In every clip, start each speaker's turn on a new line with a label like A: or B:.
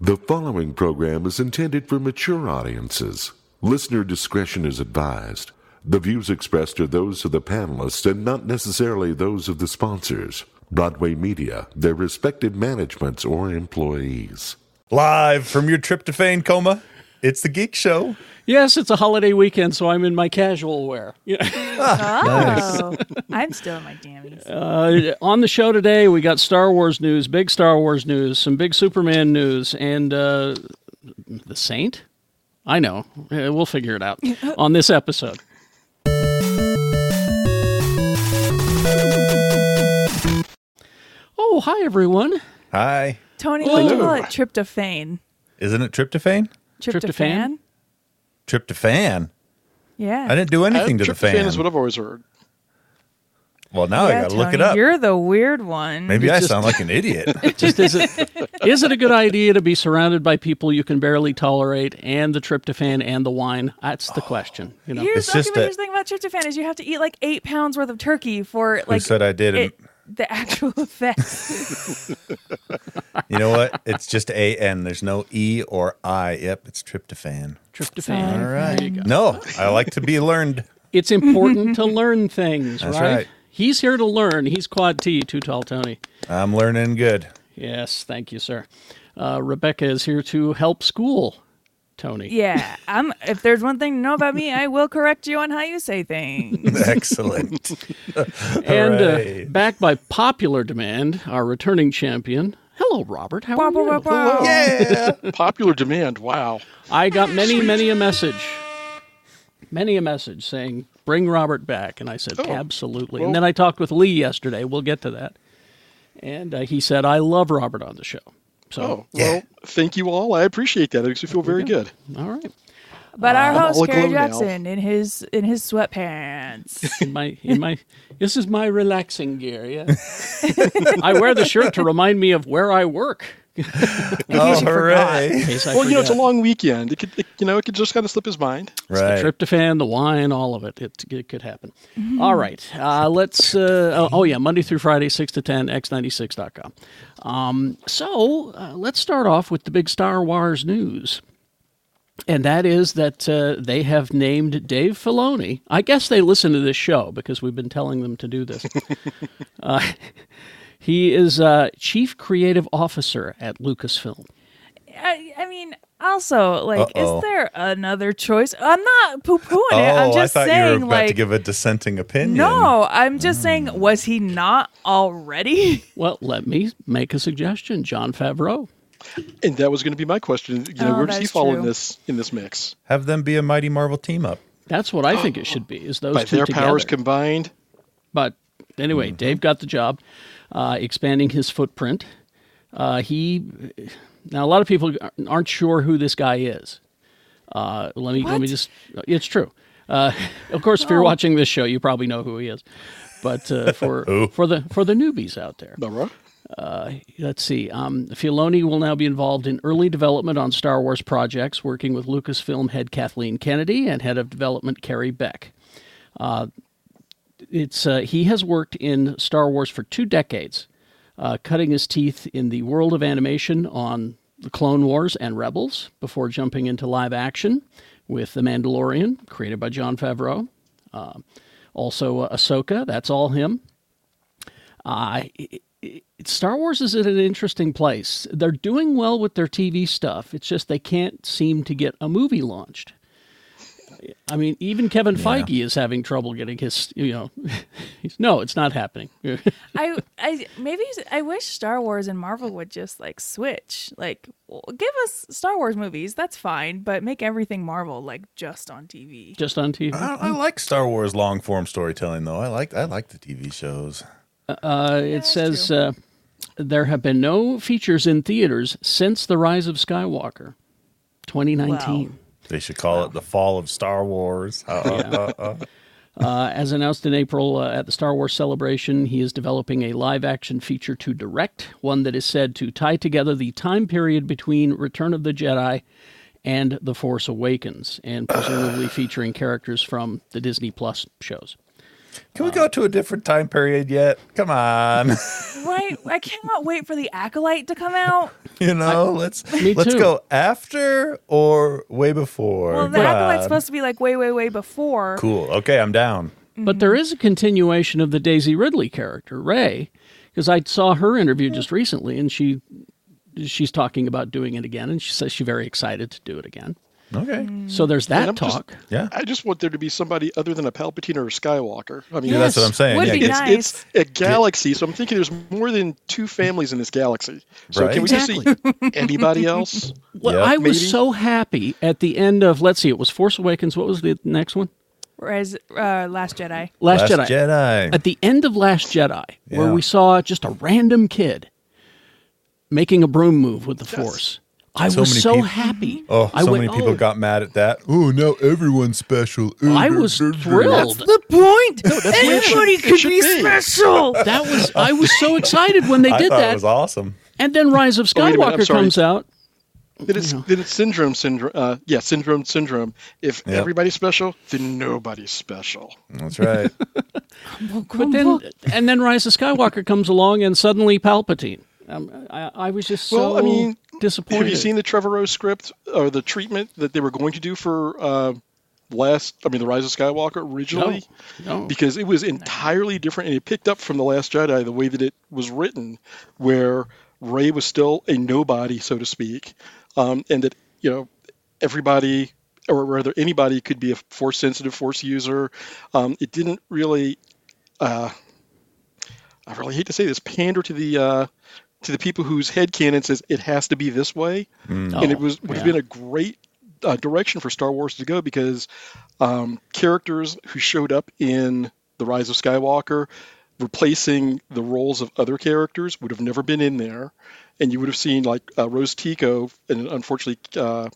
A: The following program is intended for mature audiences. Listener discretion is advised. The views expressed are those of the panelists and not necessarily those of the sponsors, Broadway Media, their respective managements, or employees.
B: Live from your tryptophan coma, it's the Geek Show.
C: Yes, it's a holiday weekend, so I'm in my casual wear.
D: Oh, I'm still in my jammies.
C: Uh, on the show today, we got Star Wars news, big Star Wars news, some big Superman news, and uh, the Saint. I know. Uh, We'll figure it out on this episode. Oh, hi everyone.
B: Hi.
D: Tony, what do you call it? Tryptophan.
B: Isn't it tryptophan?
C: Tryptophan?
B: Tryptophan.
D: Yeah.
B: I didn't do anything to the
E: tryptophan
B: fan.
E: is what I've always heard.
B: well, now I
D: Yeah,
B: gotta look it
D: Tony,
B: up.
D: You're the weird one.
B: Maybe I
C: just-
B: sound like an idiot.
C: Just is it is it a good idea to be surrounded by people you can barely tolerate and the tryptophan and the wine? That's the question. You know.
D: Here's
B: It's
D: okay,
B: just
D: but
B: a-
D: here's the thing about tryptophan is you have to eat like eight pounds worth of turkey for like
B: said I did?
D: it- the actual effect.
B: you know what? It's just A N. There's no E or I. Yep, it's tryptophan.
C: Tryptophan.
B: No, I like to be learned.
C: It's important to learn things,
B: That's
C: right?
B: right.
C: He's here to learn. He's Quad T, Too Tall Tony.
B: I'm learning good.
C: Yes, thank you, sir. Uh, Rebecca is here to help school Tony.
D: yeah. I'm if there's one thing to know about me, I will correct you on how you say things.
B: Excellent.
C: and
B: hooray.
C: uh, backed by popular demand, our returning champion. Hello, Robert. How
D: Wah,
C: are
D: wah,
C: you?
D: wah, wah.
B: yeah.
E: Popular demand. Wow.
C: I got many, many a message, many a message saying, "Bring Robert back," and I said,
E: Oh.
C: "Absolutely."
E: Well-
C: and then I talked with Lee yesterday. We'll get to that, and uh, he said, "I love Robert on the show." So,
E: Oh
B: Yeah.
E: well, thank you all. I appreciate that. It makes me feel very good.
C: all right.
D: But our
E: all
D: host, Carrie
E: aglow now.
D: Jackson, in his in his sweatpants.
C: in my in my this is my relaxing gear yeah i wear the shirt to remind me of where i work in
B: Oh,
D: you forgot.
B: hooray.
C: case I
E: well, you know, it's a
C: forget.
E: long weekend. It could, it, you know, it could just kind of slip his mind.
B: Right.
C: the tryptophan the wine all of it it, it could happen all right uh, let's uh, oh, oh yeah monday through friday 6 to 10 x96.com um, so uh, let's start off with the big star wars news and that is that uh, they have named Dave Filoni. I guess they listen to this show because we've been telling them to do this. Uh, he is uh, chief creative officer at Lucasfilm.
D: I, I mean, also, like,
B: Uh-oh.
D: is there another choice? I'm not poo pooing
B: Oh,
D: it. I'm
B: I
D: just
B: thought you were
D: saying,
B: about
D: like,
B: to give a dissenting opinion. Mm.
D: no, I'm just saying, was he not already?
C: Well, let me make a suggestion, John Favreau.
E: And that was going to be my question. You know,
D: Oh,
E: where does he
D: that's
E: fall in
D: true.
E: this in this mix?
B: Have them be a mighty Marvel team up.
C: That's what I think it should be. Is those
E: By
C: two
E: their
C: together?
E: powers Mm-hmm. combined.
C: But anyway, Dave got the job, uh, expanding his footprint. Uh, he now a lot of people aren't sure who this guy is. Uh, let me let me
D: What?
C: just. It's true. Uh, of course, if you're
D: Oh.
C: watching this show, you probably know who he is. But uh, for for the for the newbies out there,
E: Nora?
C: let's see. Um, Filoni will now be involved in early development on Star Wars projects, working with Lucasfilm head Kathleen Kennedy and head of development Carrie Beck. Uh, it's uh, he has worked in Star Wars for two decades, uh, cutting his teeth in the world of animation on the Clone Wars and Rebels before jumping into live action with The Mandalorian, created by John Favreau. Um, also, uh, Ahsoka, that's all him. Uh, it- it- Star Wars is at an interesting place. They're doing well with their TV stuff. It's just they can't seem to get a movie launched. I mean, even Kevin Feige is having trouble getting his, you know, he's, no, it's not happening.
D: I, I maybe s- I wish Star Wars and Marvel would just like switch. Like, w- give us Star Wars movies, that's fine, but make everything Marvel like just on TV.
C: just on TV.
B: I, I like Star Wars long form storytelling though. I like I like the TV shows.
C: Uh, it says uh, there have been no features in theaters since The Rise of Skywalker, 2019.
D: Wow.
B: They should call it the fall of Star Wars. Uh, uh, uh, uh.
C: Uh, as announced in April uh, at the Star Wars celebration, he is developing a live action feature to direct, one that is said to tie together the time period between Return of the Jedi and The Force Awakens, and presumably featuring characters from the Disney Plus shows.
B: Can we go to a different time period yet? Come on,
D: Right? I cannot wait for the acolyte to come out.
B: you know, let's
C: Me
B: let's
C: too.
B: go after or way before.
D: Well, the
B: Come
D: acolyte's
B: on.
D: supposed to be like way, way, way before.
B: cool. Okay, I'm down.
C: But there is a continuation of the Daisy Ridley character, Ray, because I saw her interview just recently, and she she's talking about doing it again, and she says she's very excited to do it again.
B: Okay,
C: So there's that
E: I'm just-
C: talk.
B: yeah,
E: I just want there to be somebody other than a Palpatine or a Skywalker. I mean,
B: Yeah, that's what I'm saying.
D: Would
B: Yeah,
D: be
E: it's,
D: nice.
E: it's a galaxy, so I'm thinking there's more than two families in this galaxy. So
B: Right.
E: can we just see anybody else?
C: Well,
B: Yeah.
C: I was
E: Maybe.
C: so happy at the end of let's see, it was Force Awakens. What was the next one?
D: Whereas uh, Last Jedi.
C: Last,
B: Last Jedi.
C: At the end of Last Jedi, where
B: Yeah.
C: we saw just a random kid making a broom move with the Force, I
B: So
C: was
B: many
C: so
B: peop-
C: happy.
B: Oh,
C: I
B: so
C: went,
B: many people
C: "Oh,
B: got mad at that. Oh, now everyone's special.
C: I was thrilled.
F: The point. Anybody
E: should- it
F: could
E: should
F: be
E: be.
F: special.
C: That was I was so excited when they
B: I
C: did
B: thought
C: that.
B: it was awesome.
C: And then Rise of
E: Oh, wait a minute, I'm
C: Skywalker
E: sorry.
C: comes out.
E: Then it's then it's syndrome syndrome. Uh, yeah, syndrome syndrome. If
B: Yeah.
E: everybody's special, then nobody's special.
B: That's right.
C: But then and then Rise of Skywalker comes along and suddenly Palpatine. Um, I, I was just so
E: Well, I mean,
C: disappointed.
E: Have you seen the Trevor Rose script or the treatment that they were going to do for uh, last? I mean, the Rise of Skywalker originally,
C: No.
E: because it was entirely different, and it picked up from the Last Jedi the way that it was written, where Ray was still a nobody, so to speak, um, and that you know everybody or rather anybody could be a force sensitive force user. Um, it didn't really. Uh, I really hate to say this, pander to the uh, to the people whose head canon says it has to be this way, and it
C: Oh,
E: was would have
C: yeah.
E: been a great uh, direction for Star Wars to go because um, characters who showed up in the Rise of Skywalker replacing the roles of other characters would have never been in there, and you would have seen like uh, Rose Tico and unfortunately uh,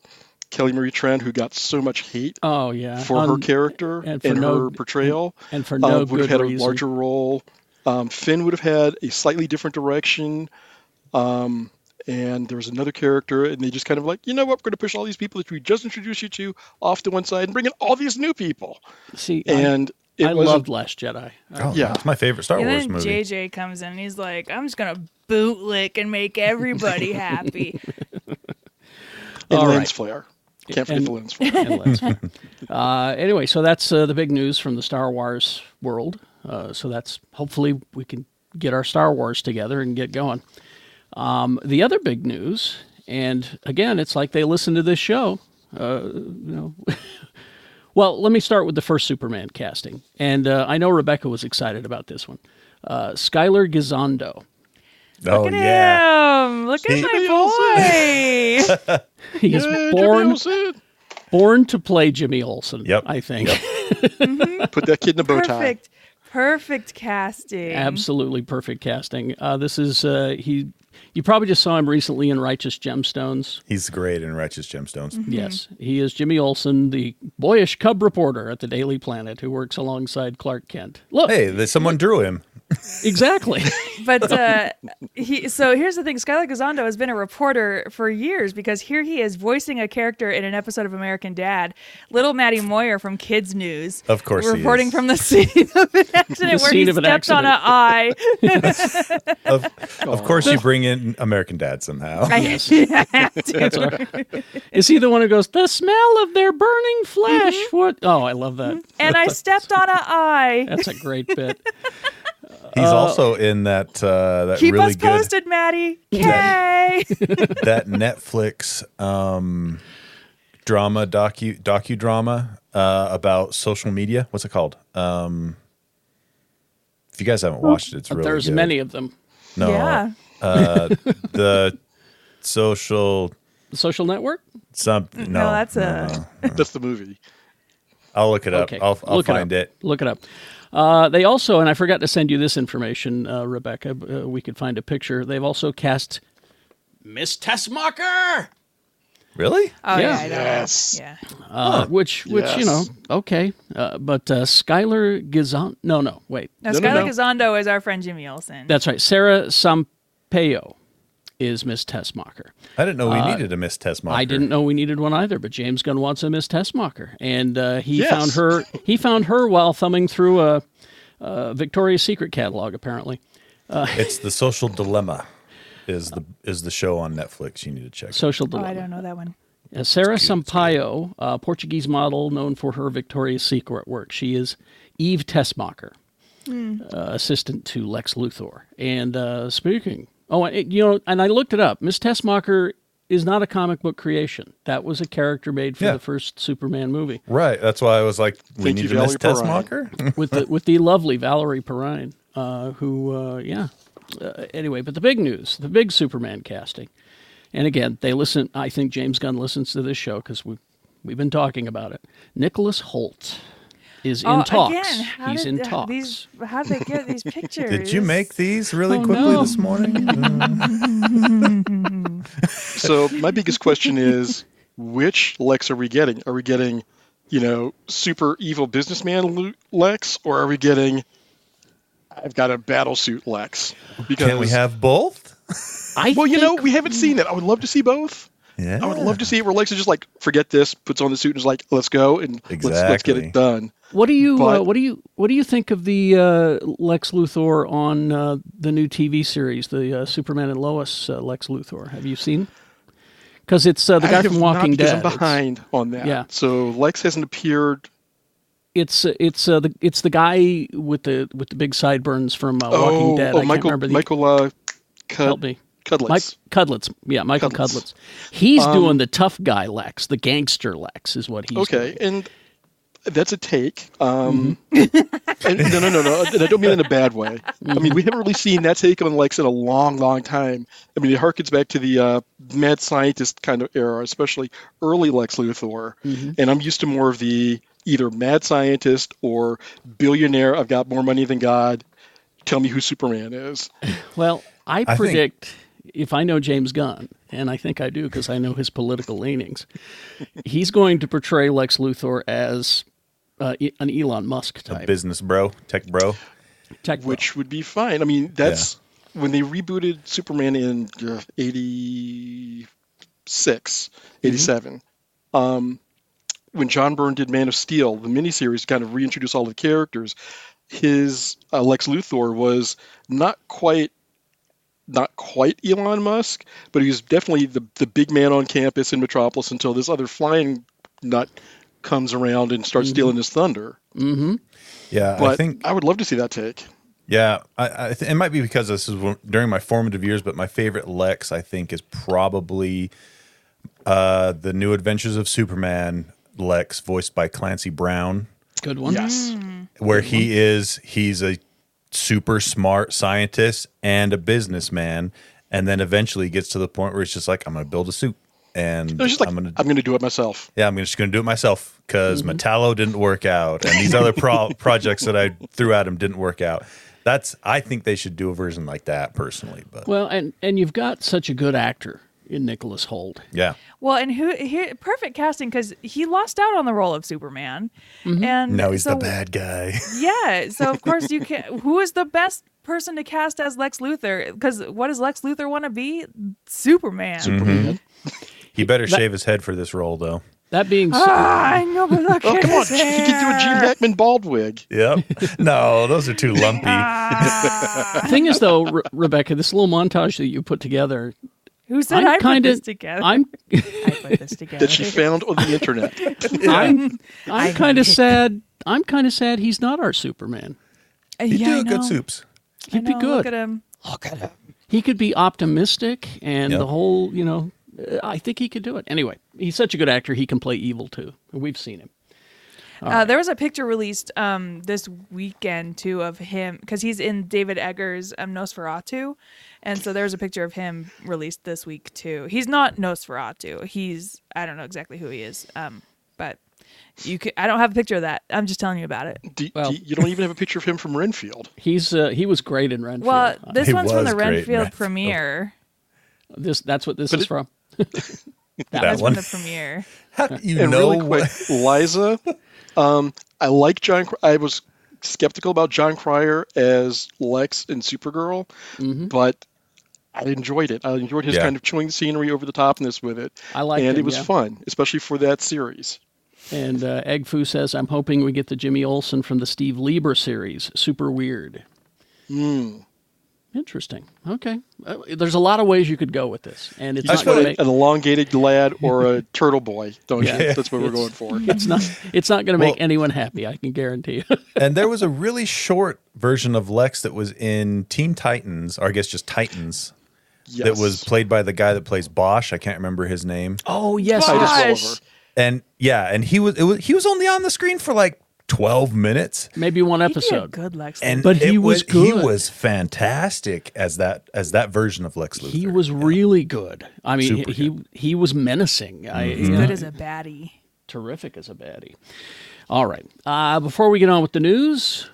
E: Kelly Marie Tran, who got so much hate
C: Oh yeah.
E: for her
C: On-
E: character
C: and
E: and,
C: for no-
E: her portrayal
C: and for no
E: uh, would have
C: good
E: had
C: reason.
E: a larger role. Um, Finn would have had a slightly different direction. Um, and there was another character, and they just kind of like, you know what, we're going to push all these people that we just introduced you to off to one side and bring in all these new people.
C: See,
E: And
C: I,
E: it
C: I
E: wasn't-
C: loved Last Jedi. I-
B: Oh,
E: Yeah.
B: it's my favorite Star
D: And
B: Wars
D: then
B: movie.
D: JJ comes in and he's like, I'm just going to bootlick and make everybody happy.
E: and
C: All
E: lens
C: right.
E: flare. Can't forget
C: And-
E: the lens flare.
C: and less. uh, anyway, so that's uh, the big news from the Star Wars world. Uh, so that's hopefully we can get our Star Wars together and get going. Um, the other big news, and again, it's like they listen to this show. Uh, you know, well, let me start with the first Superman casting, and uh, I know Rebecca was excited about this one. Uh, Skylar Gisondo.
B: Oh
D: Look at
B: yeah.
D: him. Look
B: See?
D: at my boy.
C: He is
E: Yay,
C: born
E: Gabriel's in.
C: born to play Jimmy Olsen.
B: Yep.
C: I think.
E: Put that kid in a bow tie.
D: perfect. Perfect casting.
C: absolutely perfect casting. Uh, this is uh, he. You probably just saw him recently in Righteous Gemstones.
B: He's great in Righteous Gemstones.
D: Mm-hmm.
C: Yes, he is Jimmy Olsen, the boyish cub reporter at the Daily Planet, who works alongside Clark Kent. Look,
B: Hey, that someone drew him.
C: exactly.
D: But uh, he, so here's the thing: Skylar Gazondo has been a reporter for years because here he is voicing a character in an episode of American Dad, Little Maddie Moyer from Kids News.
B: Of course he is.
D: reporting from the scene of an accident where
C: scene
D: he
C: of an
D: stepped on an
C: accident.
D: eye.
B: Of, of course, you bring in American Dad somehow.
C: That's all right. Is he the one who goes, "The smell of their burning flesh"? What? Oh, I love that.
D: and I stepped on an eye.
C: That's a great bit.
B: He's
C: Oh.
B: also in that uh, that
D: Keep
B: really
D: us
B: good
D: posted, Maddie. Yay!
B: that Netflix um, drama docu docudrama uh, about social media. What's it called? Um, if you guys haven't watched it, it's really
C: There's
B: good.
C: many of them.
B: No,
D: Yeah.
B: uh, the social
C: The Social Network.
B: something.
D: No,
B: No,
D: that's a-
B: no.
E: That's the movie.
B: I'll look it up. I'll, I'll
C: look
B: find
C: it,
B: it.
C: up. Look it up. Uh, they also, and I forgot to send you this information, uh, Rebecca. b- Uh, we could find a picture. They've also cast Miss Tessmacher,
B: Really?
D: Oh
C: Yeah.
D: yeah, I know.
E: Yes.
D: yeah.
C: uh, which, which you
E: Yes.
C: know, okay, uh, but uh, Skylar Gizon. No, no, wait,
D: Now,
E: No, no,
D: Skylar
E: no.
D: Gazondo is our friend Jimmy Olsen.
C: that's right. Sarah Sampeo is Miss Tessmacher.
B: I didn't know we needed a Miss Tessmacher.
C: Uh, I didn't know we needed one either, but James Gunn wants a Miss Tessmacher, and uh, he
E: Yes.
C: found her. He found her while thumbing through a uh, Victoria's Secret catalog, apparently.
B: It's the Social Dilemma. Is the is the show on Netflix? You need to check. it.
C: Social
D: Oh,
C: dilemma.
D: I don't know that one.
C: Uh, Sarah Sampaio, a Portuguese model known for her Victoria's Secret work. She is Eve Tessmacher, uh, assistant to Lex Luthor. And uh, speaking, oh, and, you know, and I looked it up. Miss Tessmacher is not a comic book creation. That was a character made for
B: Yeah.
C: the first Superman movie
B: Right. That's why I was like, we
E: Thank
B: need
E: you,
B: to miss
E: Valerie
B: test mocker.
C: with the with the lovely Valerie Perrine, uh, who, uh, yeah. Uh, anyway, but the big news, the big Superman casting, and again, they listen. I think James Gunn listens to this show because we we've been talking about it. Nicholas Holt is in
D: oh,
C: talks.
D: again, how
C: He's
D: did,
C: in
D: uh,
C: talks.
D: These, how they get these pictures?
B: Did you make these really
C: Oh,
B: quickly
C: no.
B: this morning? Uh,
E: So my biggest question is, which Lex are we getting? Are we getting, you know, super evil businessman Lu- Lex, or are we getting, I've got a battle suit Lex? Because
B: Can we have both?
C: I
E: Well, you know,
C: think-
E: we haven't seen it. I would love to see both.
B: Yeah.
E: I would love to see it where Lex is just like, forget this, puts on the suit, and is like, let's go and let's, let's get
B: Exactly.
E: it done.
C: what do you uh,
E: but-
C: what do you what do you think of the uh, Lex Luthor on uh, the new TV series, the uh, Superman and Lois uh, Lex Luthor? Have you seen? Because it's uh, the guy
E: I
C: from
E: have not
C: Walking
E: because
C: Dead.
E: I'm
C: It's-
E: behind on that.
C: Yeah.
E: So Lex hasn't appeared.
C: It's it's uh, the it's the guy with the with the big sideburns from uh, Walking
E: oh,
C: Dead.
E: oh,
C: I
E: Michael,
C: can't remember the
E: Michael, uh, Cud-
C: help me.
E: Cudlitz.
C: Mike Cudlitz, yeah, Michael Cudlitz.
E: Cudlitz. Um,
C: He's doing the tough guy Lex, the gangster Lex, is what he's
E: okay,
C: doing.
E: and that's a take. Um, and, no, no, no, no. And I don't mean in a bad way. I mean we haven't really seen that take on Lex in a long, long time. I mean it harkens back to the uh, mad scientist kind of era, especially early Lex Luthor. And I'm used to more of the either mad scientist or billionaire. I've got more money than God. Tell me who Superman is.
C: Well, I
B: think-
C: predict if I know James Gunn, and I think I do because I know his political leanings, he's going to portray Lex Luthor as uh, E- an Elon Musk
B: A
C: type.
B: business bro, tech bro.
C: tech bro.
E: which would be fine. I mean, that's when they rebooted Superman in uh, 86,
B: Mm-hmm.
E: 87. Um, when John Byrne did Man of Steel, the miniseries to kind of reintroduce all the characters, his uh, Lex Luthor was not quite not quite Elon Musk, but he was definitely the, the big man on campus in Metropolis until this other flying nut comes around and starts stealing his thunder.
C: Mm-hmm.
B: Yeah,
E: But
B: Mm-hmm. I think.
E: I would love to see that take.
B: Yeah, I, I th- it might be because this is when- during my formative years, but my favorite Lex, I think, is probably uh, the New Adventures of Superman Lex, voiced by Clancy Brown.
C: Good one.
E: Yes.
B: Mm. where he is he's a super smart scientist and a businessman and then eventually gets to the point where it's just like i'm gonna build a suit and
E: I was just like,
B: i'm gonna
E: do it myself.
B: yeah i'm just gonna do it myself because metallo didn't work out and these other pro- projects that i threw at him didn't work out that's i think they should do a version like that personally but
C: Well, and and you've got such a good actor in Nicholas Holt.
B: yeah
D: Well, and who here perfect casting because he lost out on the role of Superman,
C: Mm-hmm.
D: and
B: now he's
D: so,
B: the bad guy
D: Yeah, so of course you can. Who is the best person to cast as Lex Luthor? Because what does Lex Luthor want to be? Superman.
B: he better shave his head for this role though
C: That being said,
D: Ah, I know, but look
E: Oh,
D: at
E: come on.
D: his
E: You can do a Gene
D: hair.
E: Hackman bald wig.
B: yep no those are too lumpy
D: Ah.
C: The thing is, though, Re- Rebecca, this little montage that you put together,
D: Who said
C: I'm
D: I put
C: kinda-
D: this together?
C: I'm
D: I put this together.
E: That she found on the internet.
C: I'm I'm kind of sad. I'm kind of sad he's not our Superman.
B: you
D: yeah, I
B: do
D: know.
B: good soups
D: I
C: He'd be
D: know,
C: good.
D: Look at him.
C: He could be optimistic, and
B: Yeah.
C: the whole, you know, uh, I think he could do it. Anyway, he's such a good actor; he can play evil too. We've seen him.
D: Uh, there was a picture released um, this weekend too of him because he's in David Eggers' um, Nosferatu, and so there was a picture of him released this week too. He's not Nosferatu. He's I don't know exactly who he is, um, but you could, I don't have a picture of that. I'm just telling you about it.
E: Do, do-
C: Well-
E: you don't even have a picture of him from Renfield.
C: He's uh, he was great in Renfield. Uh,
D: Well, this
B: He
D: one's from
B: was
D: the
B: great Oh, in
D: Renfield
B: Renfield.
D: premiere.
C: this that's what this
E: But
C: is
E: it-
C: from.
B: that,
D: That's
B: one
D: from the premiere.
B: How do you
E: And
B: know
E: really quick, Liza, um, I like John. Cry- I was skeptical about John Cryer as Lex in Supergirl,
C: Mm-hmm.
E: but I enjoyed it. I enjoyed his
B: Yeah.
E: kind of chewing the scenery over the topness with it.
C: I liked
E: and
C: him,
E: it was
C: yeah.
E: fun, especially for that series.
C: And uh, Egg Foo says, I'm hoping we get the Jimmy Olsen from the Steve Lieber series. Super weird. Interesting. Okay. Uh, there's a lot of ways you could go with this. And it's
E: You just
C: not
E: want
C: going
E: a- an elongated lad or a turtle boy, don't you? That's what we're going for.
C: it's not it's not going to make
B: Well-
C: anyone happy, I can guarantee you.
B: and there was a really short version of Lex that was in Teen Titans, or I guess just Titans,
E: Yes.
B: that was played by the guy that plays Bosch. I can't remember his name.
C: oh, yes.
E: Titus
C: yes.
E: Oliver.
B: And yeah, and he was it was he was only on the screen for like twelve minutes.
C: Maybe one
D: He'd be a
C: episode.
D: good Lex.
B: And
D: Luthor.
C: But he
B: it
C: was
B: he
C: good.
B: was fantastic as that as that version of Lex Luthor.
C: He was really good. I mean,
B: Super
C: he, he he was menacing. I,
D: he's good
B: Mm-hmm.
D: as a baddie.
C: terrific as a baddie. All right. Uh, before we get on with the news,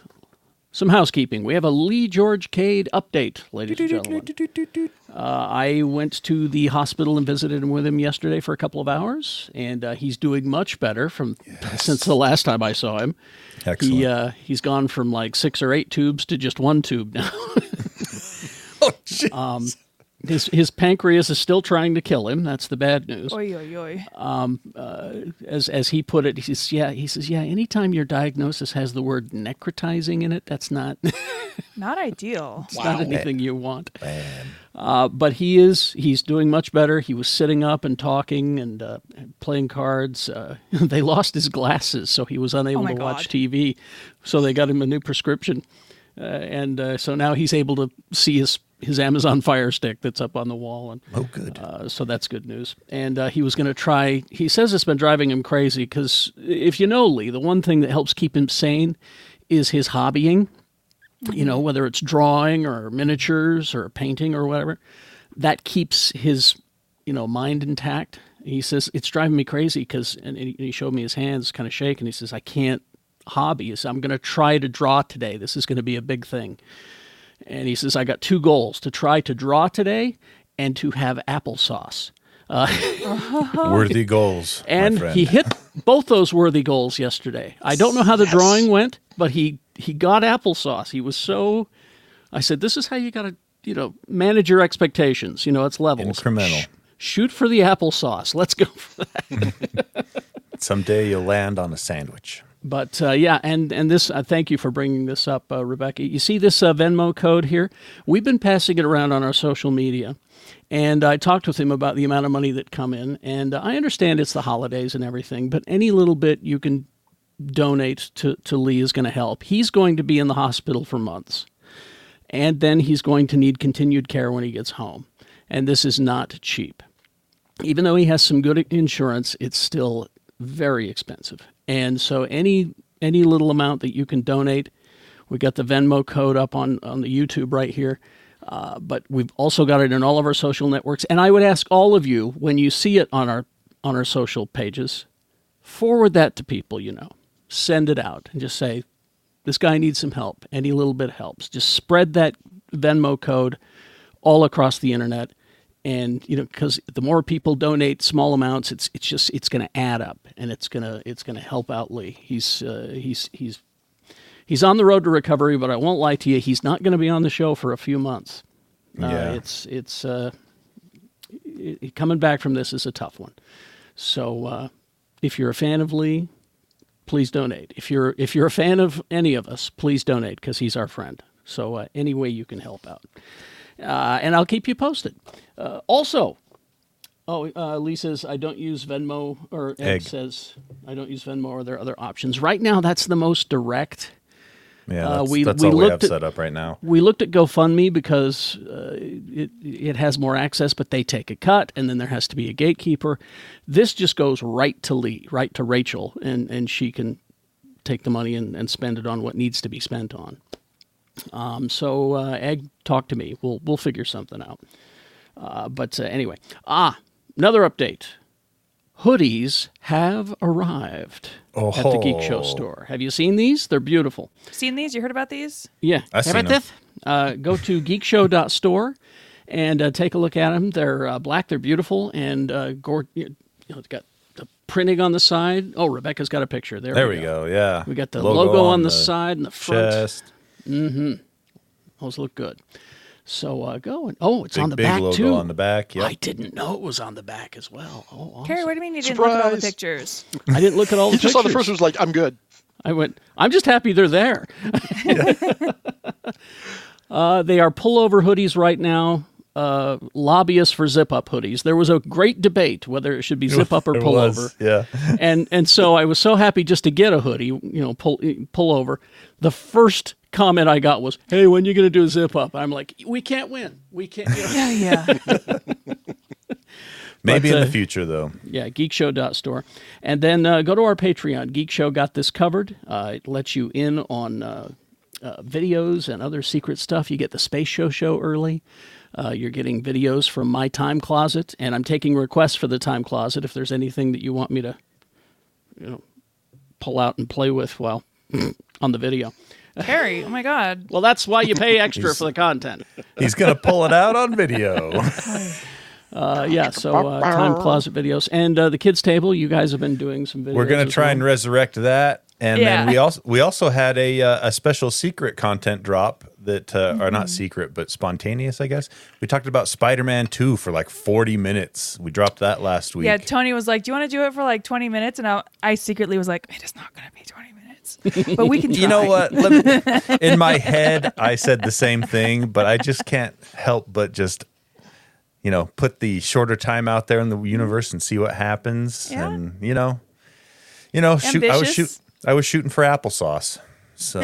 C: some housekeeping. We have a Lee George Cade update, ladies and gentlemen. Uh, I went to the hospital and visited him with him yesterday for a couple of hours, and uh, he's doing much better from since the last time I saw him.
B: excellent.
C: He uh, he's gone from like six or eight tubes to just one tube now.
B: Oh,
C: Um, his his pancreas is still trying to kill him. That's the bad news
D: Oi, oi, oi.
C: as as he put it, he says, "Yeah, he says, yeah. Anytime your diagnosis has the word necrotizing in it, that's not it's
D: Not ideal.
C: not anything you want." Uh, but he is he's doing much better. He was sitting up and talking and uh, playing cards. Uh, they lost his glasses, so he was unable
D: Oh my
C: to watch
D: God.
C: TV. So they got him a new prescription, uh, and uh, so now he's able to see his his Amazon Fire Stick that's up on the wall and.
B: oh, good.
C: Uh, so that's good news. And uh, he was going to try. He says it's been driving him crazy because if you know Lee, the one thing that helps keep him sane is his hobbying. You know, whether it's drawing or miniatures or painting or whatever, that keeps his you know mind intact. He says it's driving me crazy because, and and he showed me his hands kind of shaking. He says I can't hobby. He says, I'm going to try to draw today. This is going to be a big thing. And he says, I got two goals to try to draw today and to have applesauce. Uh,
B: Worthy goals, my
C: And
B: friend.
C: he hit both those worthy goals yesterday. I don't know how the drawing went, but he, he got applesauce. He was so. I said, this is how you got to, you know, manage your expectations. You know, it's levels.
B: Incremental.
C: Sh- shoot for the applesauce. Let's go for that.
B: Someday you'll land on a sandwich.
C: But uh, yeah, and and this, uh, thank you for bringing this up, uh, Rebecca. You see this uh, Venmo code here? We've been passing it around on our social media, and I talked with him about the amount of money that come in, and I understand it's the holidays and everything, but any little bit you can donate to to Lee is going to help. He's going to be in the hospital for months, and then he's going to need continued care when he gets home, and this is not cheap even though he has some good insurance, it's still very expensive. And so any any little amount that you can donate, we got the Venmo code up on on the YouTube right here. Uh, but we've also got it in all of our social networks. And I would ask all of you when you see it on our on our social pages, forward that to people you know. Send it out and just say, this guy needs some help. Any little bit helps. Just spread that Venmo code all across the internet. And you know, because the more people donate small amounts, it's it's just it's going to add up, and it's gonna it's gonna help out Lee. He's uh, he's he's he's on the road to recovery, but I won't lie to you, he's not going to be on the show for a few months. Uh,
B: Yeah.
C: it's it's uh, i- i- coming back from this is a tough one. So uh, if you're a fan of Lee, please donate. If you're if you're a fan of any of us, please donate because he's our friend. So uh, any way you can help out, uh, and I'll keep you posted. Uh, also, oh, uh, Lee says I don't use Venmo, or Ed
B: Egg.
C: says I don't use Venmo. Are there other options? Right now, that's the most direct.
B: Yeah,
C: Uh,
B: that's,
C: we-
B: that's
C: we
B: all we
C: looked
B: have
C: at-
B: set up right now.
C: We looked at GoFundMe because uh, it, it has more access, but they take a cut, and then there has to be a gatekeeper. This just goes right to Lee, right to Rachel, and, and she can take the money and, and spend it on what needs to be spent on. Um, so, uh, Egg, talk to me. We'll we'll figure something out. Uh, but uh, anyway, ah, another update. Hoodies have arrived at the Geek Show
B: Oh.
C: store. Have you seen these? They're beautiful.
D: Seen these? You heard about these?
C: Yeah.
B: I've seen
C: How about
B: 'em.
C: this? Uh, go to geekshow.store and uh, take a look at them. They're uh, black, they're beautiful, and uh, gor you know, it's got the printing on the side. Oh, Rebecca's got a picture. There,
B: There we go. Yeah,
C: We got the logo, on, the, side and the front.
B: chest.
C: Those look good. So uh, go and oh, it's
B: Big,
C: on the
B: big
C: back
B: logo
C: too.
B: on the back. Yep.
C: I didn't know it was on the back as well. Oh, awesome.
D: Carrie, what do you mean you didn't look at all the
E: Surprise.
D: pictures?
C: I didn't look at all the
E: You just
C: pictures.
E: saw the first one was like, I'm good.
C: I went, I'm just happy they're there. uh, they are pullover hoodies right now. Uh, lobbyists for zip up hoodies. There was a great debate whether it should be zip up or
B: There
C: pullover
B: was, Yeah.
C: and and so I was so happy just to get a hoodie, you know, pull pull over. The first comment I got was, "Hey, when you going to do a zip up?" I'm like, "We can't win. We can't." You know.
D: Yeah, yeah.
B: Maybe in
C: uh,
B: the future though.
C: yeah, geekshow.store, and then uh, go to our Patreon. Geek Show got this covered. Uh, it lets you in on. Uh, uh, videos and other secret stuff. You get the Space Show show early. Uh, you're getting videos from my time closet, and I'm taking requests for the time closet. If there's anything that you want me to, you know, pull out and play with while on the video.
D: Carrie, oh my God.
C: Well, that's why you pay extra for the content.
B: He's gonna pull it out on video.
C: Uh, yeah, so uh, time closet videos and uh, the kids table. You guys have been doing some videos.
B: We're gonna
C: as
B: try and
C: well.
B: resurrect that, and then
D: Yeah.
B: we also we also had a uh, a special secret content drop that uh, are
D: Mm-hmm.
B: not secret but spontaneous, I guess. We talked about Spider Man Two for like forty minutes. We dropped that last week.
D: Yeah, Tony was like, "Do you want to do it for like 20 minutes?" And I, I secretly was like, "It is not going to be 20 minutes, but we can." Try.
B: you know what? Let me- in my head, I said the same thing, but I just can't help but just you know put the shorter time out there in the universe and see what happens.
D: Yeah.
B: And you know, you know, shoot, I was
D: Ambitious.
B: shoot, I was shooting for applesauce. So.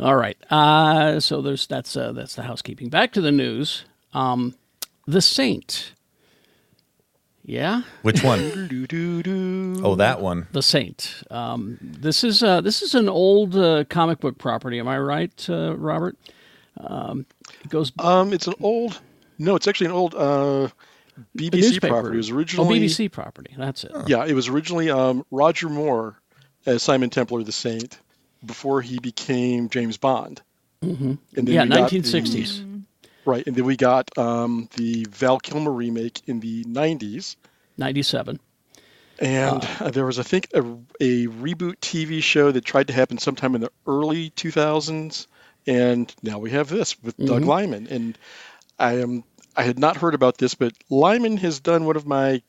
C: All right. Uh, so there's that's uh, that's the housekeeping. Back to the news. Um, the Saint. Yeah,
B: Which one? oh, that one.
C: the Saint. Um, this is uh, this is an old uh, comic book property. Am I right, uh, Robert? Um, it goes
E: Um, it's an old, no, it's actually an old uh, BBC
C: newspaper.
E: property. It was
C: Oh,
E: originally,
C: BBC property. That's it.
E: yeah, it was originally um, Roger Moore as Simon Templar the Saint before he became James Bond. Mm-hmm.
C: Yeah, 1960s.
E: Right, and then we got um, the Val Kilmer remake in the 90s.
C: 97.
E: And uh, there was, I think, a, a reboot TV show that tried to happen sometime in the early 2000s, and now we have this with Doug
C: Mm-hmm.
E: Lyman. And I am I had not heard about this, but Lyman has done one of my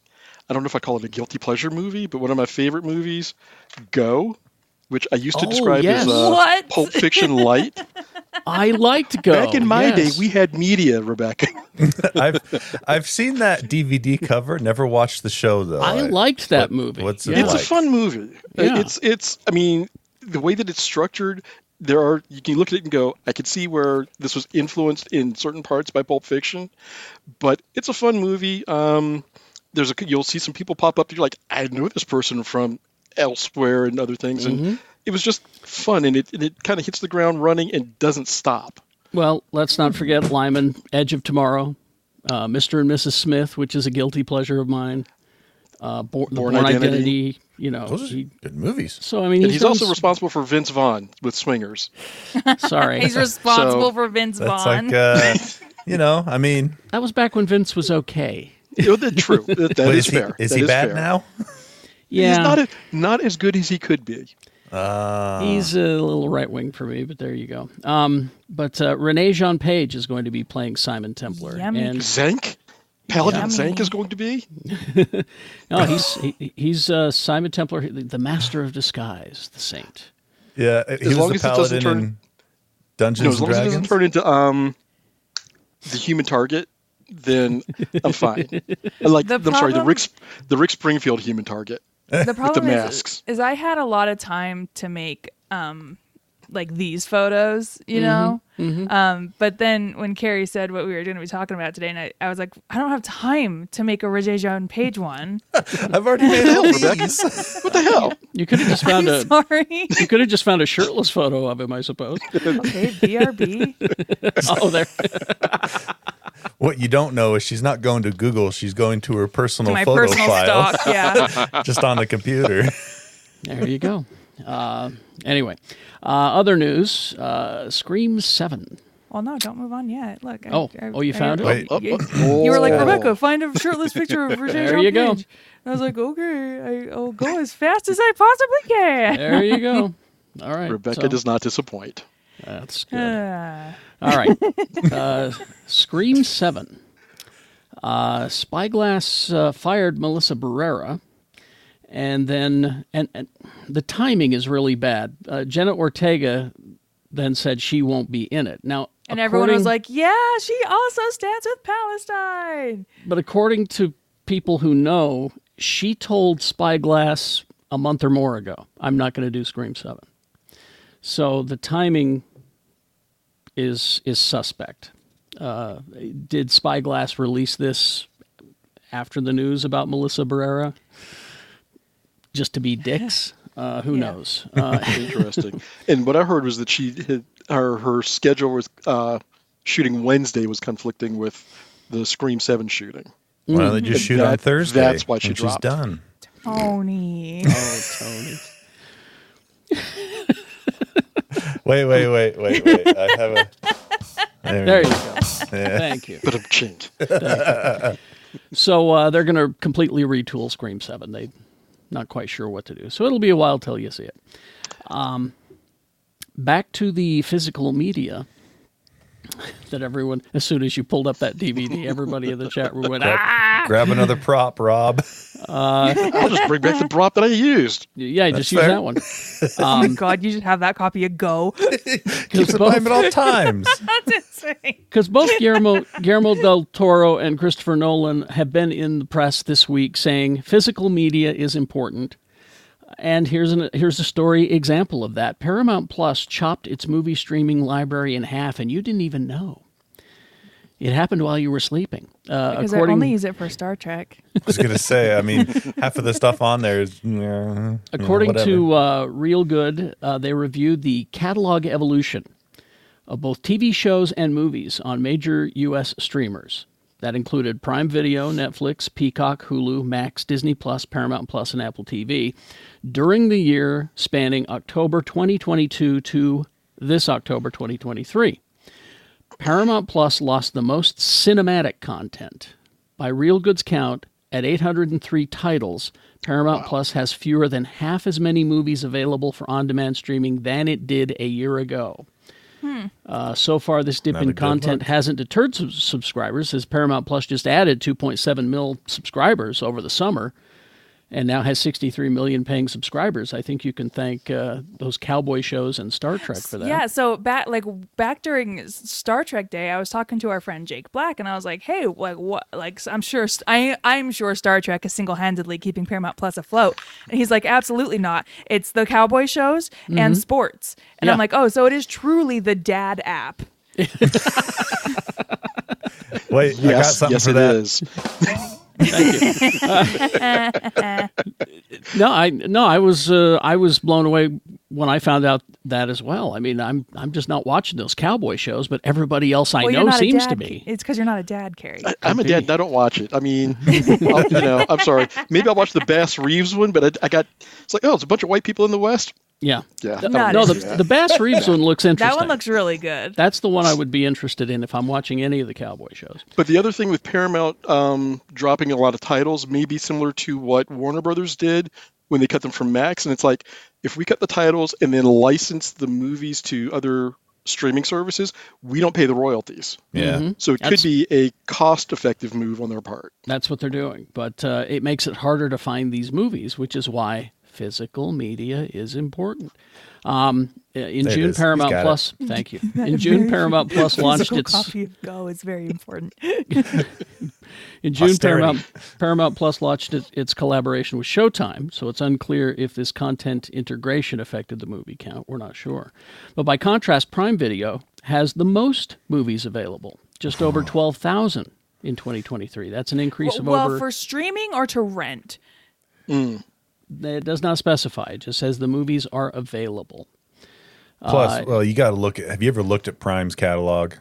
E: I don't know if I call it a guilty pleasure movie, but one of my favorite movies, Go, which I used to
C: Oh,
E: describe
C: yes.
E: as uh,
D: What?
E: Pulp Fiction light.
C: I liked Go.
E: Back in my
C: Oh, yes.
E: day, we had media, Rebecca.
B: I've I've seen that DVD cover. Never watched the show though.
C: I liked that movie.
B: what's it
C: Yeah.
E: it's
B: like?
E: a fun movie. Uh,
C: Yeah.
E: It's it's. I mean, the way that it's structured, there are you can look at it and go, I could see where this was influenced in certain parts by Pulp Fiction, but it's a fun movie. Um, there's a you'll see some people pop up. You're like, I know this person from elsewhere and other things,
C: Mm-hmm.
E: and it was just fun, and it and it kind of hits the ground running and doesn't stop.
C: Well, let's not forget Lyman, Edge of Tomorrow, uh, Mr. and Mrs. Smith, which is a guilty pleasure of mine. Uh, Bor- the Born,
E: Born
C: Identity.
E: Identity.
C: you know.
B: Those are
C: he-
B: good movies.
C: so I mean,
E: And
C: he's,
E: he's
C: done
E: also
C: s-
E: responsible for Vince Vaughn with Swingers.
C: sorry.
D: He's responsible
E: So,
D: for Vince
B: That's
D: Vaughn.
B: like uh, you know. I mean,
C: that was back when Vince was okay.
E: Oh, that- True, that, that
B: but is,
E: is
B: he,
E: fair.
B: is
E: That
B: he bad
E: fair.
B: now?
C: Yeah,
E: He's not a, not as good as he could be.
B: Uh,
C: He's a little right wing for me, but there you go. Um, but uh, Renee Jean Page is going to be playing Simon Templar,
D: Yummy.
C: and
E: Zank? Paladin
D: Yummy.
E: Zank is going to be?
C: no, oh, he's he, he's uh, Simon Templar, the the master of disguise, the saint.
B: yeah. He was
E: long
B: the
E: as it
B: paladin
E: doesn't turn-
B: in
E: No,
B: Dungeons
E: as long
B: and
E: as it doesn't
B: Dragons.
E: turn into um the human target, then I'm fine. I like
D: The
E: I'm sorry, the
D: problem-
E: Rick Sp- the Rick Springfield human target.
D: the problem is,
E: masks.
D: is I had a lot of time to make um like these photos, you know. Um, but then when Carrie said what we were going to be talking about today, and I, I was like, I don't have time to make a Regé Jean Page one.
B: I've already made all these.
E: What the hell?
C: You could have just
D: I'm
C: found a
D: sorry.
C: you could have just found a shirtless photo of him, I suppose.
D: okay, BRB.
C: oh, there.
B: What you don't know is she's not going to Google. She's going to her personal
D: My
B: photo
D: personal
B: file,
D: stock. Yeah.
B: just on the computer.
C: There you go. Uh, anyway, uh, other news: uh, Scream Seven.
D: Well, no, don't move on yet. Look. I-
C: Oh,
D: I-
C: oh, you
D: I-
C: found it.
B: Wait.
E: Up-
D: You,
E: up-
D: you were like
E: Oh.
D: Rebecca, find a shirtless picture of Regé
C: There
D: Jean
C: you go.
D: Page. And I was like, okay, I, I'll go as fast as I possibly can.
C: There you go. All right,
E: Rebecca
C: so-
E: does not disappoint.
C: That's good.
D: Uh,
C: All right. Uh, Scream 7. Uh, Spyglass uh, fired Melissa Barrera. And then, and, and the timing is really bad. Uh, Jenna Ortega then said she won't be in it. Now,
D: And everyone was
C: according-
D: like, yeah, she also stands with Palestine.
C: but according to people who know, she told Spyglass a month or more ago, I'm not going to do Scream 7. So the timing is is suspect. Uh, did Spyglass release this after the news about Melissa Barrera? Just to be dicks? Uh, who knows? Uh,
E: Interesting. and what I heard was that she had her her schedule with uh, shooting Wednesday was conflicting with the Scream Seven shooting.
B: Why don't they just shoot on
E: That-
B: Thursday?
E: that's why she
B: when she's
E: dropped.
B: done.
D: Tony.
C: oh, Tony.
B: Wait, wait, wait, wait, wait. I have a. There,
C: There
B: we
C: you
B: go.
C: go. Thank you.
E: But I'm chinked.
C: So uh, they're going to completely retool Scream Seven. They not quite sure what to do. So it'll be a while till you see it. Um, back to the physical media that everyone. As soon as you pulled up that DVD, everybody in the chat room went ah.
B: Grab another prop, Rob.
E: I'll just bring back the prop that I used.
C: Yeah, just use
B: fair.
C: that one.
D: oh my
C: Um,
D: God, you should have that copy of Go.
B: Keeps
C: Because
B: it by him at
C: both,
B: all times.
D: That's insane.
C: because both Guillermo Guillermo del Toro and Christopher Nolan have been in the press this week saying physical media is important. And here's an here's a story example of that. Paramount Plus chopped its movie streaming library in half, and you didn't even know. It happened while you were sleeping. Uh,
D: Because I
C: according
D: only use it for Star Trek.
B: I was gonna say. I mean, half of the stuff on there is. yeah,
C: According
B: whatever.
C: to uh, Real Good, uh, they reviewed the catalog evolution of both TV shows and movies on major U.S. streamers. That included Prime Video, Netflix, Peacock, Hulu, Max, Disney Plus, Paramount Plus, and Apple TV during the year spanning October 2022 to this October 2023. Paramount Plus lost the most cinematic content. By real goods count, at 803 titles, Paramount Plus has fewer than half as many movies available for on demand streaming than it did a year ago. Uh, so far, this dip
B: Not a
C: in
B: good
C: content
B: look.
C: hasn't deterred sub- subscribers, as Paramount Plus just added 2.7 mil subscribers over the summer and now has 63 million paying subscribers. I think you can thank uh, those cowboy shows and Star Trek for that.
D: Yeah, so back like back during S- Star Trek Day, I was talking to our friend Jake Black, and I was like, "Hey, like what? Like s- I'm sure st- I I'm sure Star Trek is single handedly keeping Paramount Plus afloat." And he's like, "Absolutely not. It's the cowboy shows and sports." And
C: Mm-hmm. Yeah.
D: I'm like, "Oh, so it is truly the dad app."
B: Wait, I got
E: Yes,
B: something
E: yes,
B: for
E: it
B: that.
E: is.
C: No, I no, I was uh, I was blown away when I found out that as well. I mean, I'm I'm just not watching those cowboy shows, but everybody else I
D: Well, you're
C: know
D: not a
C: seems
D: dad,
C: to
D: Ca-
C: be. Uh,
D: It's because you're not a dad, Carrie.
E: I, I'm a dad and I don't watch it. I mean, I'll, you know, I'm sorry. Maybe I'll watch the Bass Reeves one, but I, I got, it's like, oh, it's a bunch of white people in the West.
C: Yeah.
E: Yeah.
D: No,
E: I
C: No,
E: don't
C: the
E: do that.
C: the Bass Reeves one looks interesting.
D: That one looks really good.
C: That's the one I would be interested in if I'm watching any of the cowboy shows.
E: But the other thing with Paramount um, dropping a lot of titles may be similar to what Warner Brothers did when they cut them from Max. And it's like, if we cut the titles and then license the movies to other streaming services, we don't pay the royalties.
B: Yeah.
E: So it
C: That's-
E: could be a cost effective move on their part.
C: That's what they're doing, but uh, it makes it harder to find these movies, which is why physical media is important. Um, in
B: There it
C: June,
B: is. He's
C: Paramount
B: got it.
C: Plus. Thank you. In June, Paramount Plus launched
D: Physical
C: its.
D: copy of Go is very important.
C: In June,
B: Posterity.
C: Paramount, Paramount Plus launched it, its collaboration with Showtime, so it's unclear if this content integration affected the movie count. We're not sure. But by contrast, Prime Video has the most movies available, just over 12,000 in 2023. That's an increase
D: well,
C: of
D: well,
C: over.
D: for streaming or to rent.
C: it does not specify, it just says the movies are available.
D: Uh,
B: Plus, well, you got to look at. Have you ever looked at Prime's catalog?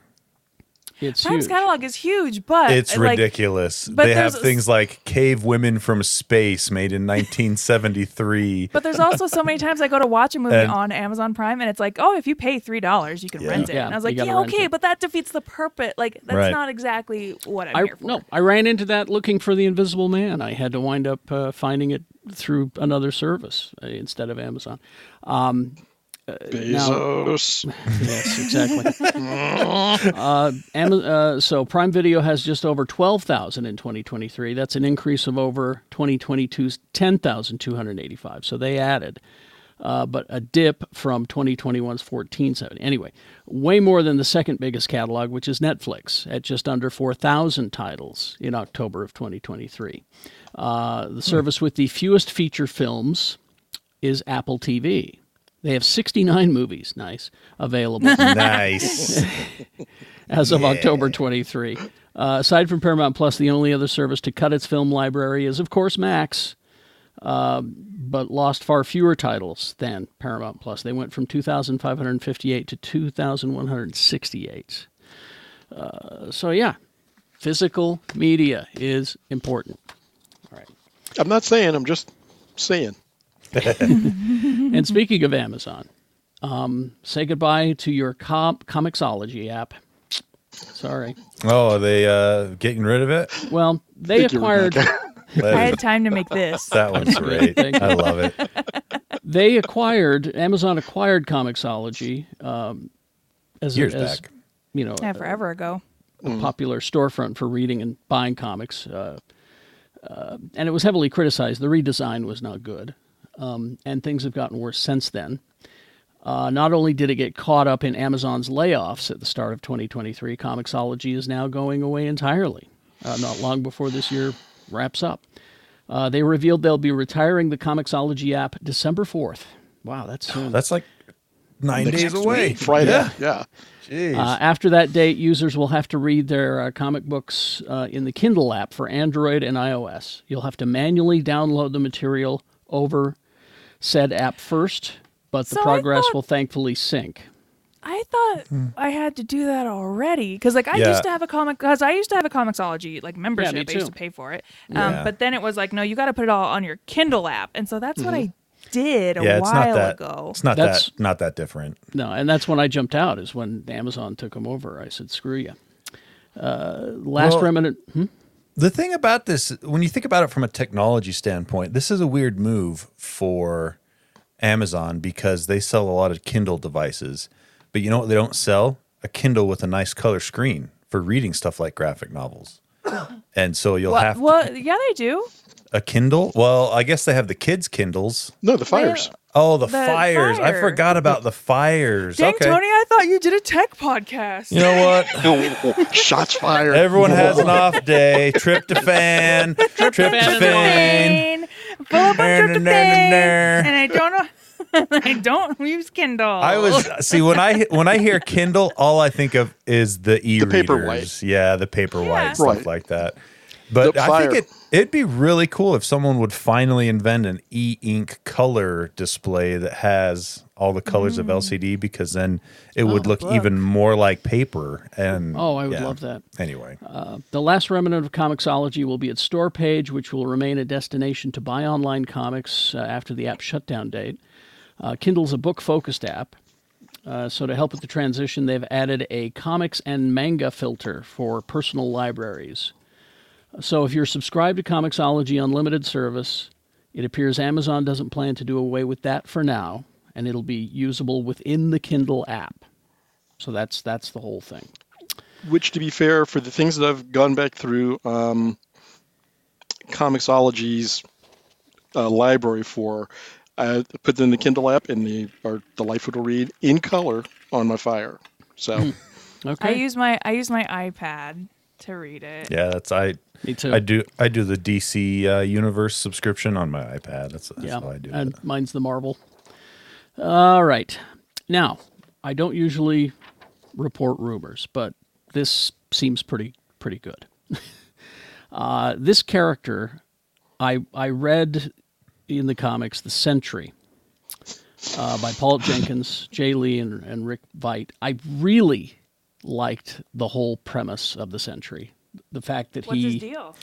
C: It's
D: Prime's
C: huge.
D: catalog is huge, but
B: It's
D: Uh, like,
B: ridiculous.
D: but
B: They have
D: there's-
B: things like Cave Women from Space made in 1973.
D: But there's also so many times I go to watch a movie
B: And-
D: on Amazon Prime, and it's like, oh, if you pay three dollars, you can rent it.
C: Yeah,
D: and I was
C: you
D: like,
C: gotta
D: yeah,
C: rent
D: okay,
C: it.
D: but that defeats the purpose. Like, that's
B: Right.
D: not exactly what I'm
C: I,
D: here for.
C: no, I ran into that looking for The Invisible Man. I had to wind up uh, finding it through another service uh, instead of Amazon. Um, now-
E: Bezos.
C: Yes, exactly. uh, Am- uh, so Prime Video has just over 12,000 in 2023. That's an increase of over 2022's 10,285. So they added, uh, but a dip from 2021's 14,7. Anyway, way more than the second biggest catalog, which is Netflix, at just under 4,000 titles in October of 2023. Uh, the service with the fewest feature films is Apple TV. They have 69 movies, nice, available
B: nice.
C: as of October 23. Uh, aside from Paramount Plus, the only other service to cut its film library is, of course, Max, um, but lost far fewer titles than Paramount Plus. They went from 2,558 to 2,168. Uh, so, yeah, physical media is important.
E: I'm not saying. I'm just saying.
C: and speaking of Amazon, um, say goodbye to your com- Comixology app. Sorry.
B: Oh, are they uh, getting rid of it?
C: Well, they
E: Think you were
C: acquired.
B: That
D: I
B: is-
D: had time to make this.
B: that one's great.
C: Thank
B: I love it.
C: they acquired Amazon acquired Comixology um, as
B: Years
C: as,
B: back.
C: you know
D: Yeah, forever ago.
C: a popular storefront for reading and buying comics, uh, uh, and it was heavily criticized. The redesign was not good, um, and things have gotten worse since then. Uh, not only did it get caught up in Amazon's layoffs at the start of 2023, Comixology is now going away entirely, uh, not long before this year wraps up. Uh, they revealed they'll be retiring the Comixology app December 4th. Wow, that's uh, soon.
B: That's like nine
E: Next
B: days away.
E: week, Friday. Yeah.
B: Jeez.
C: Uh, after that date, users will have to read their uh, comic books uh, in the Kindle app for Android and iOS. You'll have to manually download the material over said app first, but the
D: So I
C: progress
D: thought-
C: will thankfully sync.
D: I thought I had to do that already because, like, I
B: Yeah.
D: used to have a comic because I used to have a Comixology like membership. I
C: too.
D: used to pay for it, um,
B: Yeah.
D: but then it was like, no, you got to put it all on your Kindle app, and so that's what
C: Mm-hmm.
D: I did a
B: yeah, it's not
D: while
B: that.
D: ago.
B: It's not
C: That's-
B: that. Not that different.
C: No, and that's when I jumped out. Is when Amazon took them over. I said, "Screw you." Uh, last
B: Well-
C: remnant. Hmm?
B: The thing about this, when you think about it from a technology standpoint, this is a weird move for Amazon because they sell a lot of Kindle devices. But you know what they don't sell? A Kindle with a nice color screen for reading stuff like graphic novels. and so you'll
D: Well,
B: have to-
D: well, yeah, they do.
B: a Kindle. Well, I guess they have the kids' Kindles.
E: No, the fires.
B: Oh, the,
D: The
B: fires. I
D: fire.
B: forgot about the fires.
D: Dang,
B: okay.
D: Tony, I thought you did a tech podcast.
B: You know what?
E: Shots fired.
B: Everyone has an off day. Tryptophan. Tryptophan.
D: Tryptophan. Full of tryptophan,
B: Ner-ner-ner-ner-ner.
D: and I don't know. I don't use Kindle.
B: I
C: Oh.
B: was see when I when I hear Kindle, all I think of is the e
E: paperweight.
B: readers. Yeah, the paperweight
D: Yeah.
B: stuff
E: Right.
B: like that. But
E: The
B: I think
E: fire.
B: it it'd be really cool if someone would finally invent an e ink color display that has all the colors
C: Mm.
B: of LCD because then it would look even more like paper. And
C: Oh, I would
B: yeah.
C: love that. Uh,
B: Anyway,
C: The last remnant of Comixology will be its store page, which will remain a destination to buy online comics uh, after the app shutdown date. Uh, Kindle's a book focused app. Uh, so, to help with the transition, they've added a comics and manga filter for personal libraries. So, if you're subscribed to Comixology Unlimited service, it appears Amazon doesn't plan to do away with that for now, and it'll be usable within the Kindle app. So, that's, that's the whole thing.
E: Which, to be fair, for the things that I've gone back through, um, Comixology's uh, library for, I put them in the Kindle app, and they are delightful to read in color on my fire.
B: Hmm.
E: So
C: Okay.
D: I use my I use my iPad to read it.
B: yeah, that's I.
C: Me too.
B: I do I do the DC uh, Universe subscription on my iPad. That's, that's how I do it.
C: and mine's the Marvel. All right. Now, I don't usually report rumors, but this seems pretty pretty good. uh, this character, I I read in the comics, the Sentry, uh, by Paul Jenkins, Jay Lee, and, and Rick Veit. I really liked the whole premise of the Sentry. The fact that
D: What's
C: he
D: his deal?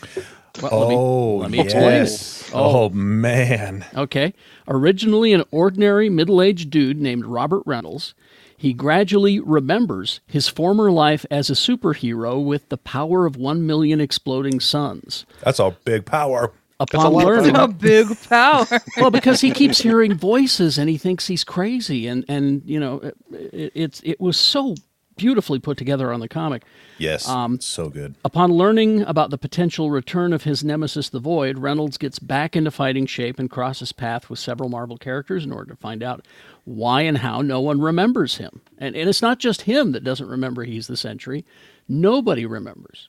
C: Well, let me-
B: Oh,
C: let me explain.
B: yes. Oh. man.
C: Okay. Originally an ordinary middle aged dude named Robert Reynolds, he gradually remembers his former life as a superhero with the power of one million exploding suns.
B: That's all big power.
C: upon
E: lot of
C: learning.
E: power.
D: A big power.
C: well, because he keeps hearing voices and he thinks he's crazy, and and you know, it, it's it was so beautifully put together on the comic.
B: Yes. so good.
C: Upon learning about the potential return of his nemesis, the Void, Reynolds gets back into fighting shape and crosses path with several Marvel characters in order to find out why and how no one remembers him. And, and it's not just him that doesn't remember he's the Sentry. Nobody remembers.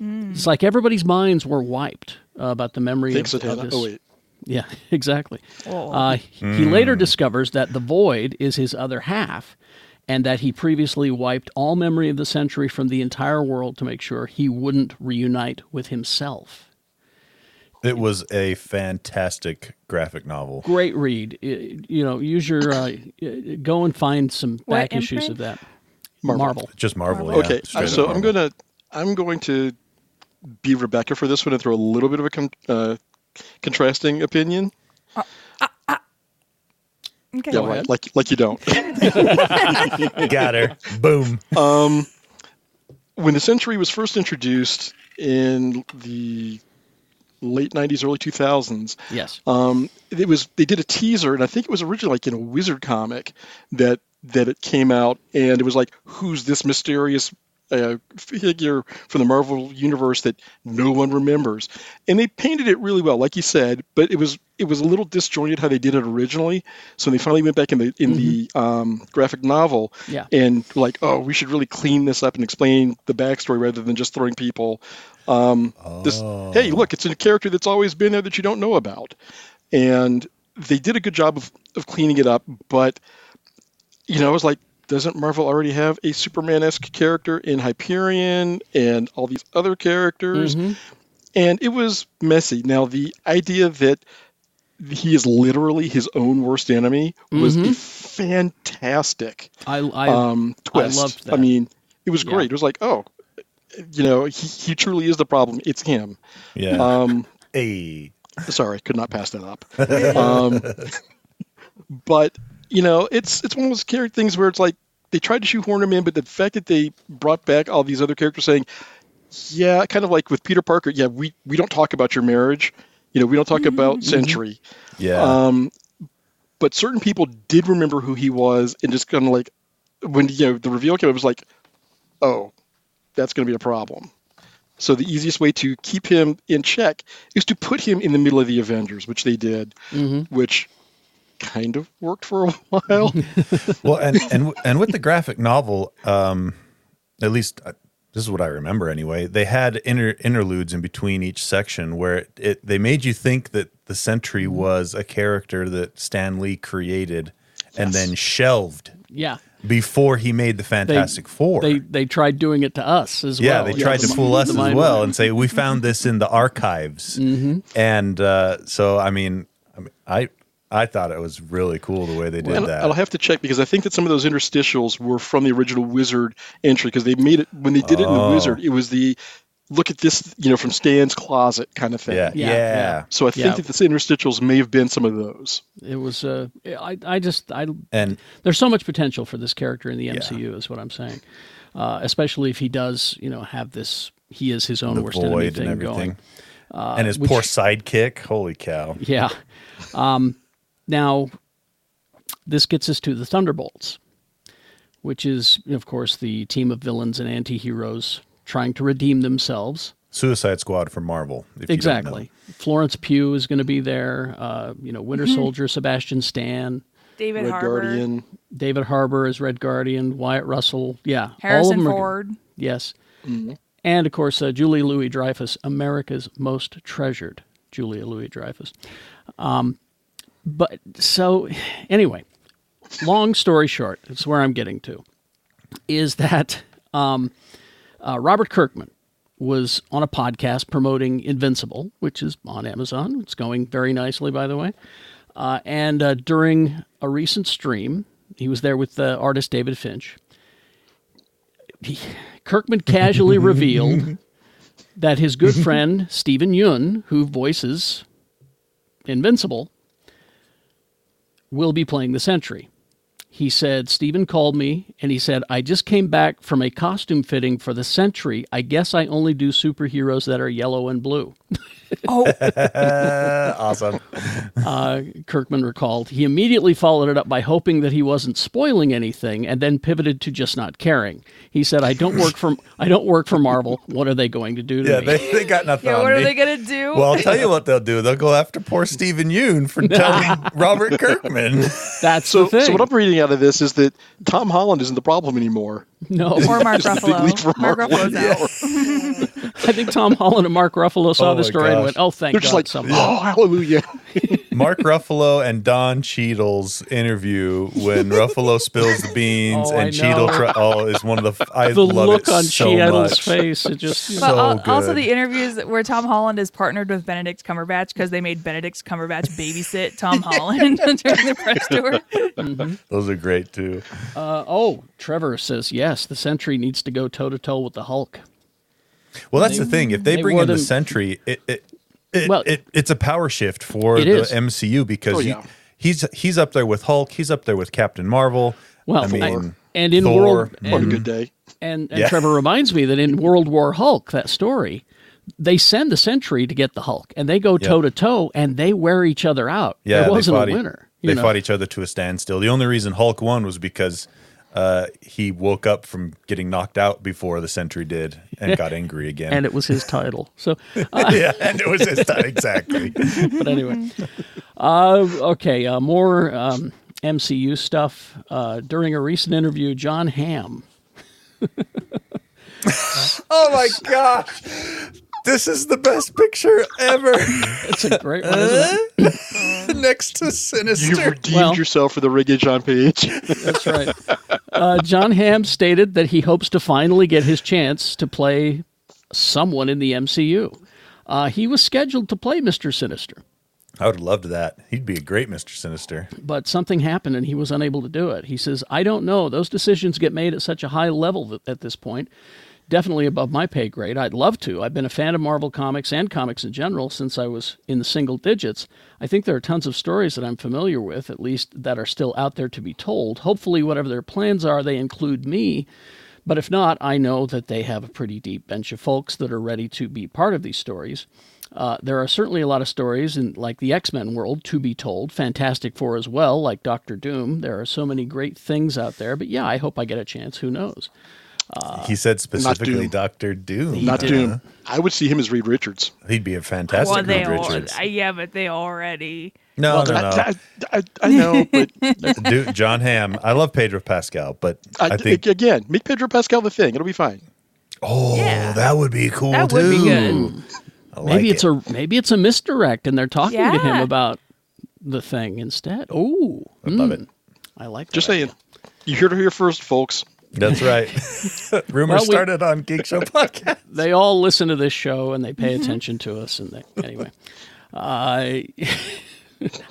C: It's like everybody's minds were wiped uh, about the memory of,
E: Thanks,
C: of
E: Satana.
C: this.
E: Oh, wait.
C: Yeah, exactly. Uh, he
B: Hmm.
C: he later discovers that the void is his other half and that he previously wiped all memory of the century from the entire world to make sure he wouldn't reunite with himself.
B: It was a fantastic graphic novel.
C: Great read. I- You know, use your, uh, y- go and find some
D: What
C: back issues of that. Marvel.
B: Just Marvel. yeah.
E: Okay,
B: Straight up
E: so I'm
B: Marvel.
E: gonna I'm going to be Rebecca for this one and throw a little bit of a con- uh, contrasting opinion.
D: Okay.
E: yeah, right. Like like you don't.
B: Got her. Boom.
E: when the Century was first introduced in the late '90s, early 2000s,
C: Yes.
B: Uh,
E: um, it was they did a teaser, and I think it was originally like in a Wizard comic that that it came out, and it was like, who's this mysterious uh, figure from the Marvel universe that no one remembers? And they painted it really well, like you said, but it was it was a little disjointed how they did it originally. So when they finally went back in the in the um, graphic novel,
C: Yeah.
E: and like, oh, we should really clean this up and explain the backstory rather than just throwing people. Um, This hey, look, it's a character that's always been there that you don't know about, and they did a good job of, of cleaning it up. But you know, I was like, doesn't Marvel already have a Superman-esque character in Hyperion and all these other
C: Mm-hmm.
E: characters? And it was messy. Now the idea that he is literally his own worst enemy was a fantastic
C: I, I,
B: Uh,
E: um, twist.
C: loved that.
E: I mean, it was
C: Yeah.
E: great. It was like, oh, you know, he, he truly is the problem. It's him.
B: Yeah.
E: Um,
B: hey.
E: sorry, could not pass that up. um, but you know, it's it's one of those character things where it's like they tried to shoehorn him in, but the fact that they brought back all these other characters saying, yeah, kind of like with Peter Parker, yeah, we we don't talk about your marriage. You know, we don't talk
C: Mm-hmm.
E: about Century.
B: Yeah.
E: Um, but certain people did remember who he was, and just kind of like when you know the reveal came, it was like, oh, that's going to be a problem. So the easiest way to keep him in check is to put him in the middle of the Avengers, which they did,
B: Mm-hmm.
E: which kind of worked for a while.
B: well, and and and with the graphic novel, um, at least uh, this is what I remember anyway. They had inter- interludes in between each section where it, it they made you think that the Sentry
E: Mm-hmm.
B: was a character that Stan Lee created and then shelved
C: yeah.
B: before he made the Fantastic Four.
C: They, they tried doing it to us as
B: yeah,
C: well.
B: they tried to fool us
C: The
B: as
C: mind-
B: well and say we found this in the archives.
C: Mm-hmm.
B: And uh, so, I mean, I mean, I I thought it was really cool the way they did
E: And
B: that.
E: I'll have to check because I think that some of those interstitials were from the original Wizard entry because they made it when they did it in
B: Oh.
E: the Wizard. It was the look at this, you know, from Stan's closet kind of thing.
B: yeah,
C: Yeah,
B: yeah,
C: yeah.
E: So I think
C: Yeah.
E: that the interstitials may have been some of those.
C: It was, uh, I, I just, I
B: and
C: there's so much potential for this character in the MCU, is what I'm saying. Uh, especially if he does, you know, have this. He is his own
B: the
C: worst enemy
B: void
C: thing
B: and everything.
C: going. Uh,
B: and his poor sidekick. Holy cow.
C: Yeah. Um, now, this gets us to the Thunderbolts, which is, of course, the team of villains and anti-heroes trying to redeem themselves.
B: Suicide Squad for Marvel. if you don't
C: exactly.
B: know.
C: Florence Pugh is going to be there. Uh, you know, Winter
D: Mm-hmm.
C: Soldier, Sebastian Stan,
D: David
E: Red
D: Harbour,
E: Guardian.
C: David Harbour as Red Guardian, Wyatt Russell. Yeah, all of
D: Harrison
C: them are-
D: Ford.
C: Yes. And of course, uh, Julie Louis Dreyfus, America's most treasured Julia Louis Dreyfus. Um, but so, anyway, long story short, it's where I'm getting to, is that um, uh, Robert Kirkman was on a podcast promoting Invincible, which is on Amazon. It's going very nicely, by the way. Uh, and uh, during a recent stream, he was there with the artist David Finch. Kirkman casually revealed that his good friend Stephen Yun, who voices Invincible, will be playing the Sentry. He said, Stephen called me and he said, I just came back from a costume fitting for the Sentry. I guess I only do superheroes that are yellow and blue.
D: Oh,
B: awesome.
C: uh, Kirkman recalled. He immediately followed it up by hoping that he wasn't spoiling anything, and then pivoted to just not caring. He said, "I don't work for I don't work for Marvel. What are they going to do to
B: Yeah,
C: me?"
B: they, they got nothing
D: yeah.
B: on
D: What
B: me.
D: are they gonna do?
B: well, I'll tell you what they'll do. They'll go after poor Stephen Yoon for telling Robert Kirkman.
C: That's
E: So,
C: the thing.
E: so what I'm reading out of this is that Tom Holland isn't the problem anymore.
C: no,
D: or Mark
E: lead for
D: Ruffalo. Mark
E: Mark
D: Ruffalo's out.
C: I think Tom Holland and Mark Ruffalo saw
B: Oh
C: the
B: my
C: story and
B: gosh.
C: went, "Oh, thank
E: They're
C: God!"
E: just like,
C: someone."
E: oh, hallelujah.
B: Mark Ruffalo and Don Cheadle's interview when Ruffalo spills the beans
C: Oh, I
B: and Cheadle
C: know.
B: try- oh is one of the I
C: the
B: love
C: look
B: it
C: on
B: so
C: Cheadle's
B: much.
C: face, it just
B: So
D: But al- also
B: good.
D: the interviews where Tom Holland is partnered with Benedict Cumberbatch because they made Benedict Cumberbatch babysit Tom Holland during the press tour.
B: Those are great too.
C: uh, oh, Trevor says yes. The Sentry needs to go toe to toe with the Hulk.
B: Well, that's the thing. If they,
C: they
B: bring
C: wore
B: in the
C: them-
B: Sentry, it it, it,
C: Well-
B: it it's a power shift for
C: It
B: the
C: is.
B: MCU because
E: Oh,
B: you-
E: yeah.
B: he's he's up there with Hulk. He's up there with Captain Marvel.
C: Well,
B: I mean,
C: I- and in
B: Thor,
C: world
B: what
E: what a
C: and-
E: good day.
C: And, and
B: Yeah.
C: Trevor reminds me that in World War Hulk, that story, they send the Sentry to get the Hulk, and they go toe to toe, and they wear each other out.
B: yeah,
C: there wasn't
B: they fought,
C: a
B: e-
C: winner. you
B: They
C: know.
B: fought each other to a standstill. The only reason Hulk won was because uh, he woke up from getting knocked out before the Sentry did and got angry again.
C: and it was his title. So, uh,
B: yeah, and it was his time exactly.
C: but anyway, uh, okay, uh, more um, MCU stuff. Uh, during a recent interview, John Hamm.
B: oh my gosh. This is the best picture ever
C: It's a great one, isn't it?
B: next to
E: You've
B: Sinister.
E: redeemed
C: Well-
E: yourself for the riggage on page.
C: That's right. Uh, John Hamm stated that he hopes to finally get his chance to play someone in the MCU. Uh, he was scheduled to play Mr. Sinister,
B: I would have loved that. He'd be a great Mr. Sinister.
C: but something happened and he was unable to do it. He says, I don't know. Those decisions get made at such a high level th- at this point, definitely above my pay grade. I'd love to. I've been a fan of Marvel Comics and comics in general since I was in the single digits. I think there are tons of stories that I'm familiar with, at least that are still out there to be told. Hopefully, whatever their plans are, they include me. But if not, I know that they have a pretty deep bench of folks that are ready to be part of these stories. Uh, there are certainly a lot of stories in like the X-Men world to be told, Fantastic Four as well, like Doctor Doom. There are so many great things out there, but yeah, I hope I get a chance. Who knows? Uh,
B: he said specifically
E: Doom.
B: Dr. Doom.
E: Not
B: Uh,
E: Doom. I would see him as Reed Richards.
B: He'd be a fantastic
D: well, they
B: Reed
D: al-
B: Richards.
D: I- yeah, but they already.
B: no, no, no.
E: I, I, I, I know, but
B: Dude, John Hamm. I love Pedro Pascal, but I,
E: I,
B: think
E: again, make Pedro Pascal the thing. It'll be fine.
B: oh,
D: Yeah.
B: that would be cool
D: That
B: too.
D: would be good.
B: I
C: Maybe
B: like
C: it's
B: it.
C: a maybe it's a misdirect, and they're talking to him
D: Yeah.
C: about the thing instead. Oh,
B: I love it.
C: I like that.
E: Just saying. You heard it here first, folks.
B: That's right. Rumor
C: Well, we-
B: started on Geek Show podcast.
C: they all listen to this show and they pay attention to us. And they, anyway, I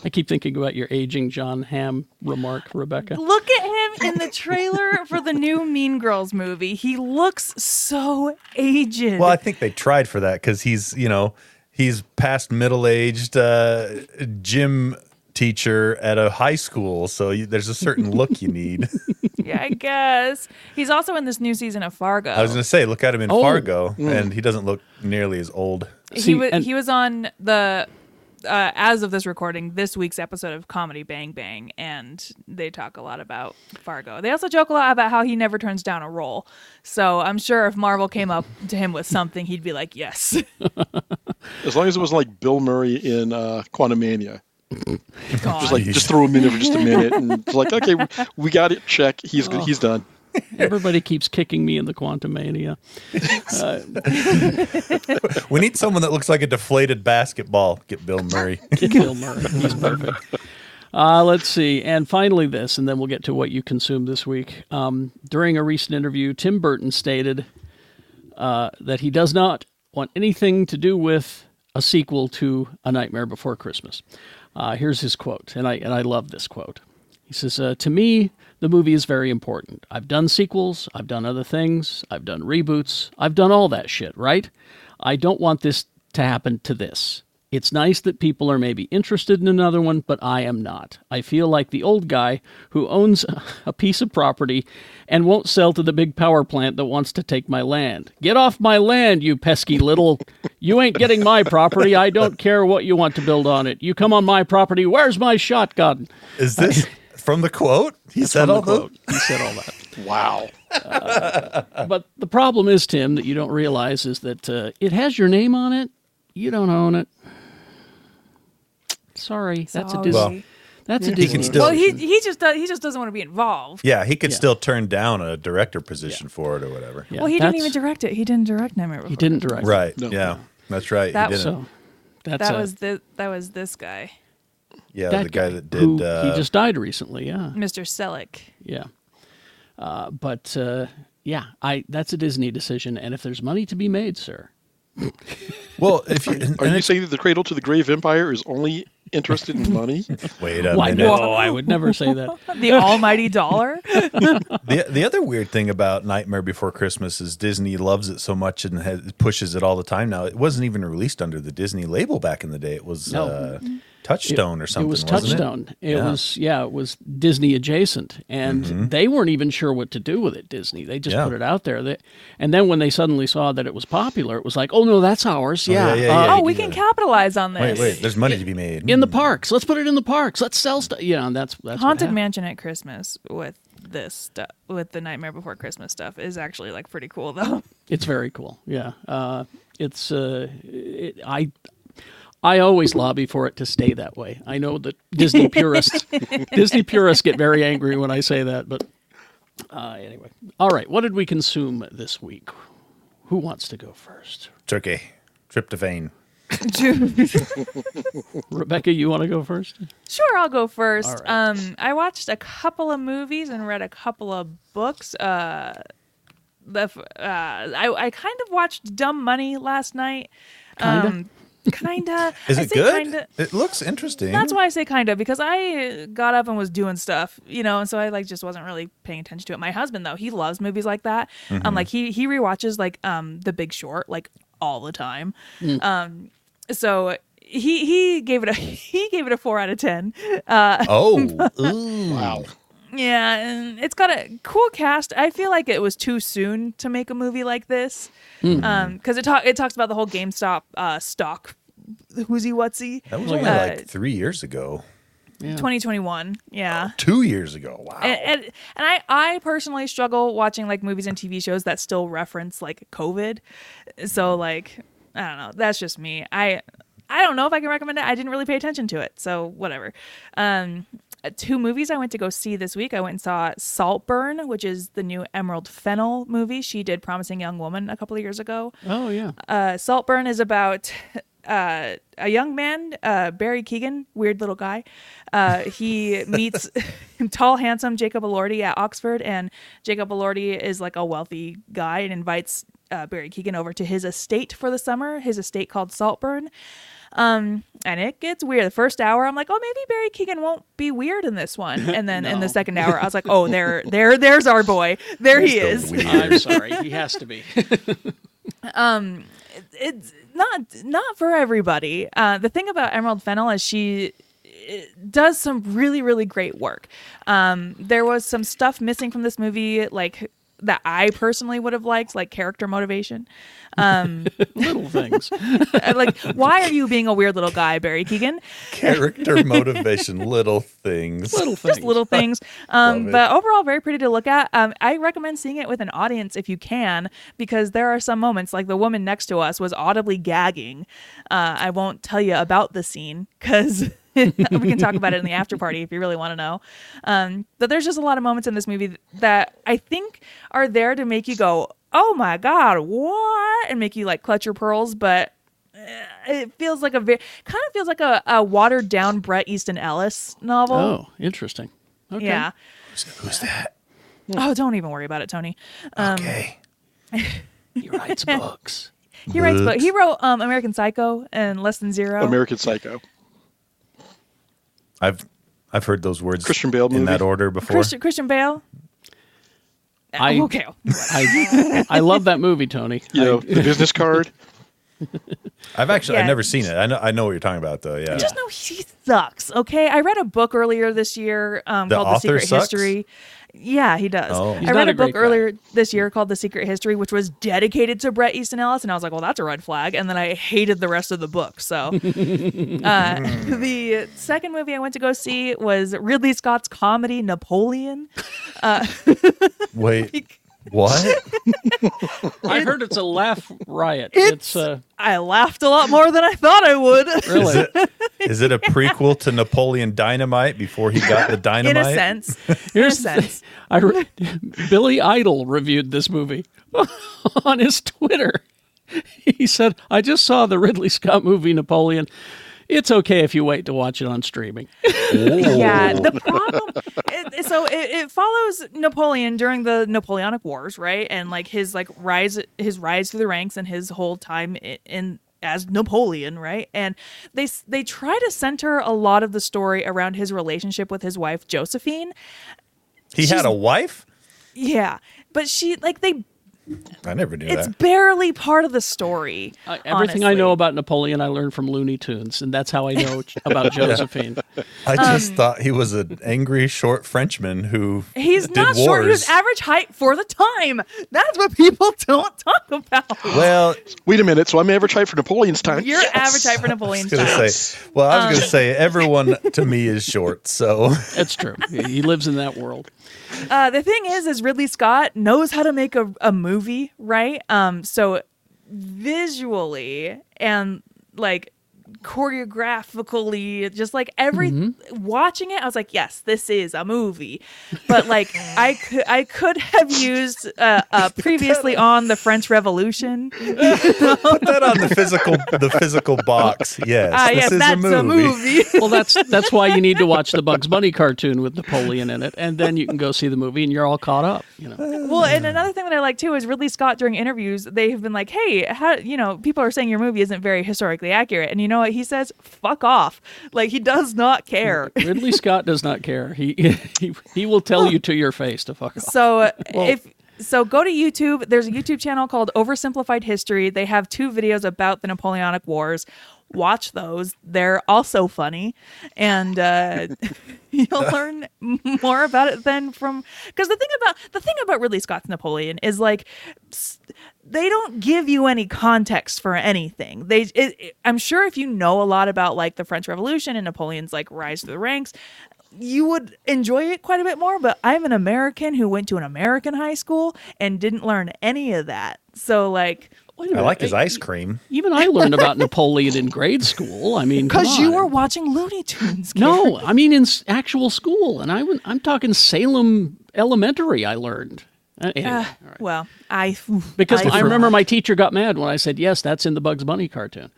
C: I keep thinking about your aging John Hamm remark, Rebecca.
D: Look at him in the trailer for the new Mean Girls movie. He looks so aged.
B: Well, I think they tried for that because he's, you know, he's past middle aged uh, gym teacher at a high school. So you, there's a certain look you need.
D: Yeah, I guess he's also in this new season of Fargo.
B: I was going to say, look at him in
C: Oh.
B: Fargo, and he doesn't look nearly as old.
C: See,
D: he was
C: and-
D: he was on the uh, as of this recording this week's episode of comedy bang bang and they talk a lot about fargo they also joke a lot about how he never turns down a role so i'm sure if marvel came up to him with something he'd be like yes
E: As long as it wasn't like Bill Murray in uh, Quantumania.
D: Gone.
E: Just like, just throw him in there for just a minute, and it's like, okay, we- we got it. Check. He's good. he's done.
C: Everybody keeps kicking me in the quantum mania.
B: We need someone that looks like a deflated basketball. Get Bill Murray.
C: Get Bill Murray. He's perfect. Uh, let's see. And finally, this, and then we'll get to what you consumed this week. Um, during a recent interview, Tim Burton stated uh, that he does not want anything to do with a sequel to A Nightmare Before Christmas. Uh, here's his quote, and I, and I love this quote. He says, uh, To me, the movie is very important. I've done sequels, I've done other things, I've done reboots, I've done all that shit, right? I don't want this to happen to this. It's nice that people are maybe interested in another one, but I am not. I feel like the old guy who owns a piece of property and won't sell to the big power plant that wants to take my land. Get off my land, you pesky little. You ain't getting my property. I don't care what you want to build on it. You come on my property. Where's my shotgun?
B: Is this from the quote? He
C: From
B: said
C: the
B: all the
C: quote. He said all that.
E: Wow.
C: But the problem is, Tim, that you don't realize is that uh, it has your name on it. You don't own it. Sorry, that's a
D: Sorry.
C: Disney.
B: Well,
C: that's a Disney.
B: can still-
D: Well, he he just does, he just doesn't want to be involved.
B: Yeah, he could
C: Yeah.
B: still turn down a director position for it or whatever.
C: Yeah,
D: well, he didn't
C: that's-
D: even direct it. He didn't direct Nightmare. Before
C: He didn't direct. it.
B: Right.
E: No.
B: Yeah. That's right.
D: That
B: he
D: was-
B: didn't.
C: So that's
D: That
C: a-
D: was the that was this guy,
B: yeah,
C: that
B: the guy that did
C: who-
B: uh,
C: he just died recently. Yeah,
D: Mr. Selleck.
C: yeah. Uh, but uh, yeah, I that's a Disney decision, and if there's money to be made, sir,
B: Well, if you and
E: Are you
B: it's-
E: saying that the Cradle to the Grave Empire is only interested in money?
B: wait a
C: why
B: minute.
C: no? I would never say that.
D: The almighty dollar.
B: the the other weird thing about Nightmare Before Christmas is Disney loves it so much and has, pushes it all the time now. It wasn't even released under the Disney label back in the day. It was
C: No. Mm-hmm.
B: uh, Touchstone or something.
C: It was
B: wasn't
C: Touchstone. It,
B: Yeah. Mm-hmm.
C: was yeah, it was Disney adjacent, and they weren't even sure what to do with it. Disney, they just
B: Yeah.
C: put it out there. They, and then when they suddenly saw that it was popular, it was like, oh no, that's ours.
B: yeah,
C: Yeah, uh,
B: yeah,
D: Oh, we can capitalize on
B: Wait,
D: this.
B: wait. There's money to be made. Hmm,
C: in the parks. Let's put it in the parks. Let's sell stuff. You know, and that's that's what
D: Haunted
C: happened.
D: Mansion at Christmas with this stuff, with the Nightmare Before Christmas stuff, is actually like pretty cool though.
C: It's very cool. Yeah, uh, it's uh, it, I. I always lobby for it to stay that way. I know that Disney purists, Disney purists get very angry when I say that, but uh, anyway. All right, what did we consume this week? Who wants to go first?
B: Turkey, tryptophan.
C: Rebecca, you want to go first?
D: Sure, I'll go first.
C: All right.
D: Um, I watched a couple of movies and read a couple of books. Uh, the f- uh, I, I kind of watched Dumb Money last night. Um,
C: Kinda?
D: kinda.
B: Is
D: I
B: it
D: say
B: good?
D: Kinda,
B: It looks interesting.
D: that's why I say kind of because I got up and was doing stuff, you know, and so I like just wasn't really paying attention to it. My husband though, he loves movies like that. Um, like he he rewatches like um The Big Short like all the time. Um, so he he gave it a he gave it a four out of ten. Uh,
B: Oh, ooh.
E: Wow.
D: yeah, and it's got a cool cast. I feel like it was too soon to make a movie like this, because it talk it talks about the whole GameStop uh, stock whoozy whatsy.
B: That was only
D: Uh,
B: like three years ago,
D: 2021. Yeah.
B: two years ago. Wow.
D: and, and, and I, I personally struggle watching like movies and TV shows that still reference like COVID. So like I don't know. That's just me. I I don't know if I can recommend it. I didn't really pay attention to it, so whatever. Um, two movies I went to go see this week. I went and saw Saltburn, which is the new Emerald Fennel movie. She did Promising Young Woman a couple of years ago
C: Oh yeah,
D: uh, Saltburn is about uh, a young man, uh, Barry Keegan, weird little guy. Uh, he meets tall, handsome Jacob Elordi at Oxford, and Jacob Elordi is like a wealthy guy and invites uh, Barry Keegan over to his estate for the summer, his estate called Saltburn. Um, and it gets weird. The first hour, I'm like, oh, maybe Barry Keegan won't be weird in this one. And then in
C: No.
D: the second hour, I was like, oh, there, there, there's our boy. There he
B: Still
D: is.
B: weird.
C: I'm sorry, he has to be.
D: it's not not for everybody. Uh, the thing about Emerald Fennel is she eh, does some really really great work. Um, there was some stuff missing from this movie, like that I personally would have liked, like character motivation.
C: Little things.
D: Uh, like, why are you being a weird little guy, Barry Keegan?
B: Character motivation, little things.
C: Little things.
D: Just little things. Um,
B: it.
D: but overall, very pretty to look at. Um, I recommend seeing it with an audience if you can, because there are some moments, like the woman next to us was audibly gagging. Uh, I won't tell you about the scene because. we can talk about it in the after party if you really want to know. Um, but there's just a lot of moments in this movie that I think are there to make you go, oh my God, what? And make you like clutch your pearls. But eh, it feels like a very, kind of feels like a, a watered down Brett Easton Ellis novel.
C: Oh, interesting. Okay.
D: Yeah.
B: Who's that?
D: Oh, don't even worry about it, Tony. um,
B: okay.
C: he writes books.
D: He writes, but he wrote um, American Psycho and Less Than Zero.
E: American Psycho.
B: I've I've heard those words
E: Christian Bale
B: in that
E: movie.
B: order before.
D: Christian Christian Bale.
C: I-
D: okay.
C: I I love that movie, Tony.
E: You know, the business card.
B: I've actually I've
D: Yeah.
B: never seen it. I know I know what you're talking about though. Yeah.
D: Just know he sucks. Okay, I read a book earlier this year um,
B: The
D: called
B: author
D: "The Secret
B: sucks?
D: History." Yeah, he does.
B: Oh. He's
D: I
C: not
D: read
C: a
D: a book
C: great guy.
D: earlier this year called "The Secret History," which was dedicated to Brett Easton Ellis, and I was like, "Well, that's a red flag." And then I hated the rest of the book. So, uh, the second movie I went to go see was Ridley Scott's comedy Napoleon.
B: Wait. What?
C: I heard it's a laugh riot. It's, uh,
D: I laughed a lot more than I thought I would.
B: Is
C: really.
B: it is it a prequel to Napoleon Dynamite before he got the
D: In
B: dynamite?
D: a sense,
C: Here's
D: in a
C: the thing.
D: sense.
C: I read Billy Idol reviewed this movie on his Twitter. He said, "I just saw the Ridley Scott movie Napoleon. It's okay if you wait to watch it on streaming."
D: Yeah, the problem. It, it- so it, it follows Napoleon during the Napoleonic Wars, right? And like his like rise, his rise through the ranks, and his whole time in, in as Napoleon, right? And they s- they try to center a lot of the story around his relationship with his wife Josephine.
B: He had a wife?
D: Yeah, but she like they
B: I never knew
D: it's
B: that.
D: barely part of the story.
C: Uh, everything I
D: honestly.
C: know about Napoleon, I learned from Looney Tunes, and that's how I know about Josephine.
B: I
D: um,
B: just thought he was an angry short Frenchman who
D: He's
B: did
D: not
B: wars.
D: short. He was average height for the time. That's what people don't talk about.
B: well,
E: Wait a minute. So I'm average height for Napoleon's time.
D: You're
E: Yes!
D: average height for
B: I
D: Napoleon's
B: was gonna
D: time.
B: say. Well, I was
D: Um,
B: gonna say everyone to me is short. So
C: That's true. He he lives in that world.
D: Uh, the thing is, is Ridley Scott knows how to make a, a movie, right? Um, so visually and like choreographically, just like every
B: Mm-hmm.
D: watching it, I was like, yes, this is a movie. But like, I could I could have used uh, uh, previously on the French Revolution.
B: put that on the physical the physical box. Yes,
D: Ah,
B: this
D: yes,
B: is
D: that's
B: a movie.
C: Well, that's that's why you need to watch the Bugs Bunny cartoon with Napoleon in it, and then you can go see the movie, and you're all caught up. You know,
D: Well, and another thing that I like too is Ridley Scott during interviews, they have been like, hey, how, you know, people are saying your movie isn't very historically accurate. And you know what? He says, fuck off. Like, he does not care.
C: Ridley Scott does not care. He he, he will tell you to your face to fuck off.
D: So uh, if. So go to YouTube. There's a YouTube channel called Oversimplified History. They have two videos about the Napoleonic Wars. Watch those. They're also funny, and uh, you'll learn more about it than from. Because the thing about the thing about Ridley Scott's Napoleon is like s- they don't give you any context for anything. They, it, it- I'm sure, if you know a lot about like the French Revolution and Napoleon's like rise to the ranks, you would enjoy it quite a bit more, but I'm an American who went to an American high school and didn't learn any of that. So like
C: Wait a
B: I
C: minute.
B: like his ice cream.
C: Even I learned about Napoleon in grade school. I mean, come
D: because you
C: on.
D: were watching Looney Tunes. kid.
C: no, I mean in s- actual school, and I went, I'm talking Salem Elementary. I learned. Uh, anyway, all right.
D: Well, I
C: Because I
D: forgot.
C: remember my teacher got mad when I said, "Yes, that's in the Bugs Bunny cartoon."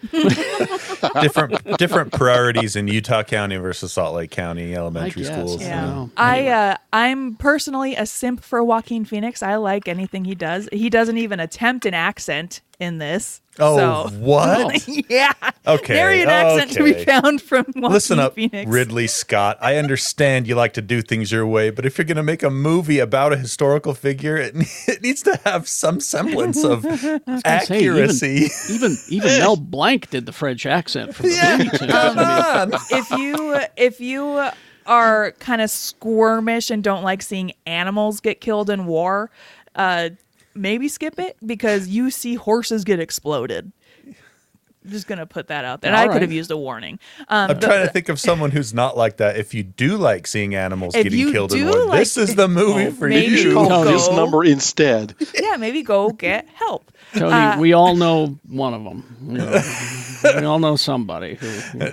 B: Different different priorities in Utah County versus Salt Lake County
C: I
B: elementary
C: guess.
B: schools.
C: I
D: Yeah.
C: don't know.
D: I uh, I'm personally a simp for Joaquin Phoenix. I like anything he does. He doesn't even attempt an accent in this.
B: Oh,
D: so.
B: what?
D: yeah.
B: Okay,
D: Nary an accent to be
B: okay.
D: found from Joaquin
B: Listen up,
D: Phoenix.
B: Ridley Scott. I understand you like to do things your way, but if you're going to make a movie about a historical figure, it, it needs to have some semblance of
C: I say,
B: accuracy.
C: even even, even Mel Blanc did the French accent from the Looney Tunes.
B: Come on.
D: if you if you are kind of squirmish and don't like seeing animals get killed in war, uh, maybe skip it because you see horses get exploded. I'm just gonna put that out there. And I
C: All right.
D: could have used a warning. Um,
B: I'm trying to think of someone who's not like that. If you do like seeing animals
D: If
B: getting
D: you
B: killed in
D: do
B: war,
D: like- Oh,
B: this is the movie for
D: maybe-
B: you.
E: Call
C: Tony.
E: this number instead.
D: yeah, maybe go get help.
C: Tony,
D: Uh,
C: we all know one of them. You know, we all know somebody who.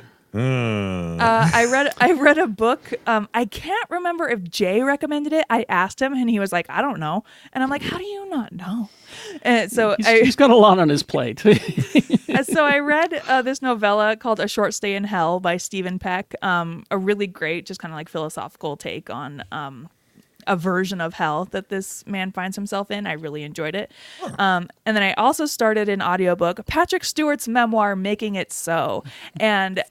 D: uh, I read I read a book. Um, I can't remember if Jay recommended it. I asked him, and he was like, "I don't know." And I'm like, "How do you not know?" And so
C: He's,
D: I,
C: he's got a lot on his plate.
D: Uh, so I read uh, this novella called A Short Stay in Hell by Stephen Peck. Um, a really great, just kind of like philosophical take on um, a version of hell that this man finds himself in. I really enjoyed it. Um, and then I also started an audiobook, Patrick Stewart's memoir, Making It So. And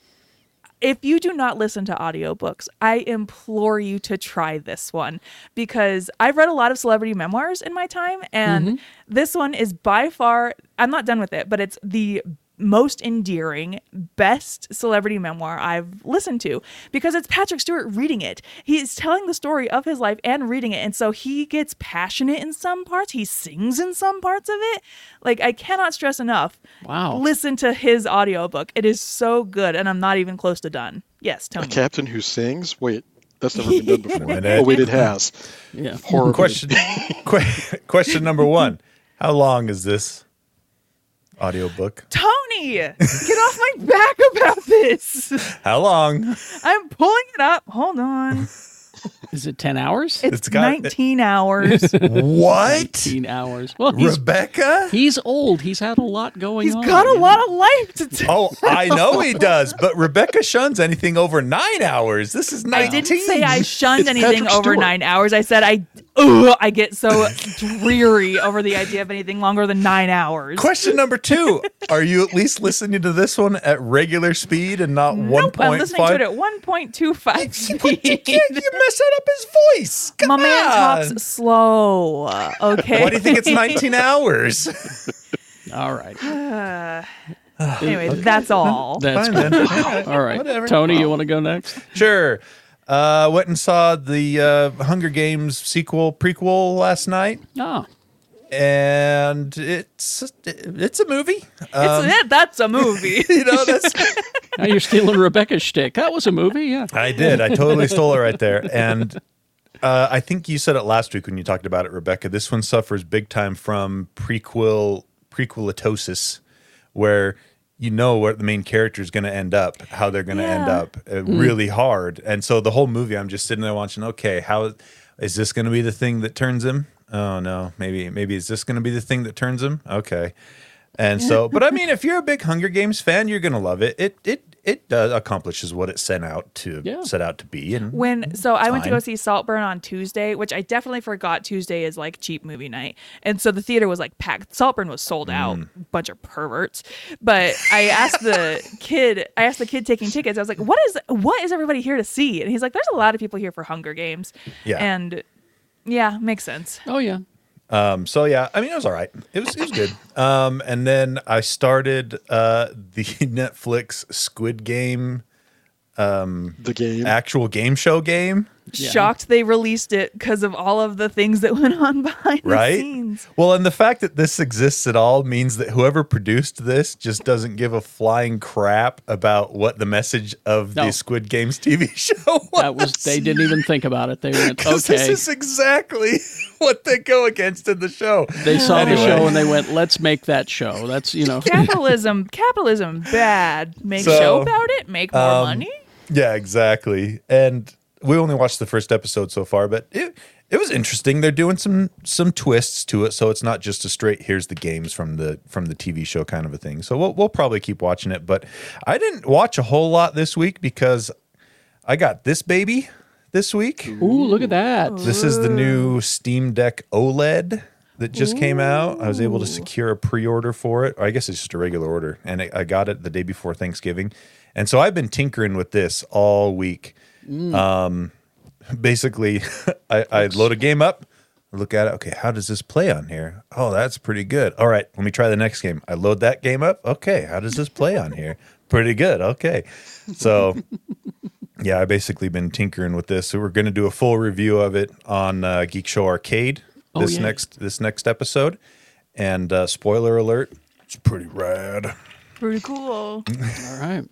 D: if you do not listen to audiobooks, I implore you to try this one because I've read a lot of celebrity memoirs in my time, and this one is by far, I'm not done with it, but it's the most endearing, best celebrity memoir I've listened to because it's Patrick Stewart reading it. He's telling the story of his life and reading it. And so he gets passionate in some parts, he sings in some parts of it. Like, I cannot stress enough.
B: Oh.
C: Wow.
D: Listen to his audiobook. It is so good. And I'm not even close to done. Yes,
E: A
D: Tony.
E: captain who sings? Wait, that's never been done before.
B: minute.
E: oh, wait, it has.
C: Yeah.
E: Horrible.
B: Question, que- question number one: How long is this audiobook?
D: Tony, get off my back about this.
B: How long?
D: I'm pulling it up. Hold on.
C: Is it 10 hours?
D: It's,
B: It's got-
D: 19 hours.
B: What?
C: 15 hours. Well, he's,
B: Rebecca?
C: he's old. He's had a lot going
D: He's
C: on.
D: got a
C: you know?
D: lot of life to tell.
B: Oh, I know he does, but Rebecca shuns anything over nine hours. This is 19.
D: I didn't say I shunned
E: It's
D: anything
E: Patrick
D: over
E: Stewart.
D: nine hours. I said I, ugh, I get so dreary over the idea of anything longer than nine hours.
B: Question number two Are you at least listening to this one at regular speed and not
D: Nope, I'm listening to it
B: 1.5?
D: at 1.25
B: You
D: speed.
B: can't- you mess up his voice. Come
D: My
B: on.
D: man talks slow. Okay.
B: Why do you think it's 19 hours?
C: All right.
D: Anyway, that's all.
C: That's
B: Fine,
C: good.
B: then. Yeah,
C: All right.
B: Whatever.
C: Tony, you want to go next?
B: Sure. Uh, went and saw the uh, Hunger Games sequel prequel last night,
C: No.
B: and it's it's a movie.
D: It's- that- that's a movie.
B: um, you know, that's
C: Now you're stealing Rebecca's shtick. That was a movie, yeah.
B: I did. I totally stole it right there. And uh, I think you said it last week when you talked about it, Rebecca. This one suffers big time from prequel prequelitosis, where you know where the main character is going to end up, how they're going to end
D: Yeah.
B: up, uh, really hard. And so the whole movie, I'm just sitting there watching. Okay, how is this going to be the thing that turns him? Oh no, maybe maybe is this going to be the thing that turns him? Okay. And so, but I mean, if you're a big Hunger Games fan, you're gonna love it. It it it does accomplishes what it sent out to
C: Yeah.
B: set out to be. And
D: when so I went to
B: fine.
D: go see Saltburn on Tuesday, which I definitely forgot Tuesday is like cheap movie night, and so the theater was like packed. Saltburn was sold out,
B: Mm.
D: bunch of perverts. But I asked the kid, I asked the kid taking tickets. I was like, "What is what is everybody here to see?" And he's like, "There's a lot of people here for Hunger Games."
B: Yeah.
D: and yeah, makes sense.
C: Oh, yeah.
B: um, so yeah, I mean, it was all right. It was it was good. Um, and then I started uh the Netflix Squid Game
E: The game.
B: actual game show game.
C: Yeah.
D: Shocked they released it because of all of the things that went on behind the
B: Right.
D: scenes.
B: Well, and the fact that this exists at all means that whoever produced this just doesn't give a flying crap about what the message of
C: No.
B: the Squid Games TV show was.
C: That was they didn't even think about it. They went,
B: 'Cause
C: okay.
B: This is exactly what they go against in the show.
C: They saw the
B: Anyway.
C: show and they went, let's make that show. That's, you know,
D: Capitalism, capitalism, bad. Make
B: So,
D: show about it. Make more
B: um,
D: money.
B: Yeah, exactly. And we only watched the first episode so far, but it it was interesting. They're doing some some twists to it, so it's not just a straight here's the games from the from the TV show kind of a thing. So we'll we'll probably keep watching it, but I didn't watch a whole lot this week because I got this baby this week.
C: ooh, look at that.
D: Oh.
B: This is the new Steam Deck OLED that just came out. I was able to secure a pre-order for it. Or I guess it's just a regular order, and I, I got it the day before Thanksgiving. And so I've been tinkering with this all week. Um, basically, I, I load a game up, look at it. Okay, how does this play on here? Oh, that's pretty good. All right, let me try the next game. I load that game up. Okay, how does this play on here? Pretty good. Okay, so yeah, I basically been tinkering with this. So we're going to do a full review of it on uh, Geek Show Arcade
C: Oh,
B: this
C: yeah.
B: next this next episode. And uh, spoiler alert, it's pretty rad.
D: Pretty cool.
C: All right.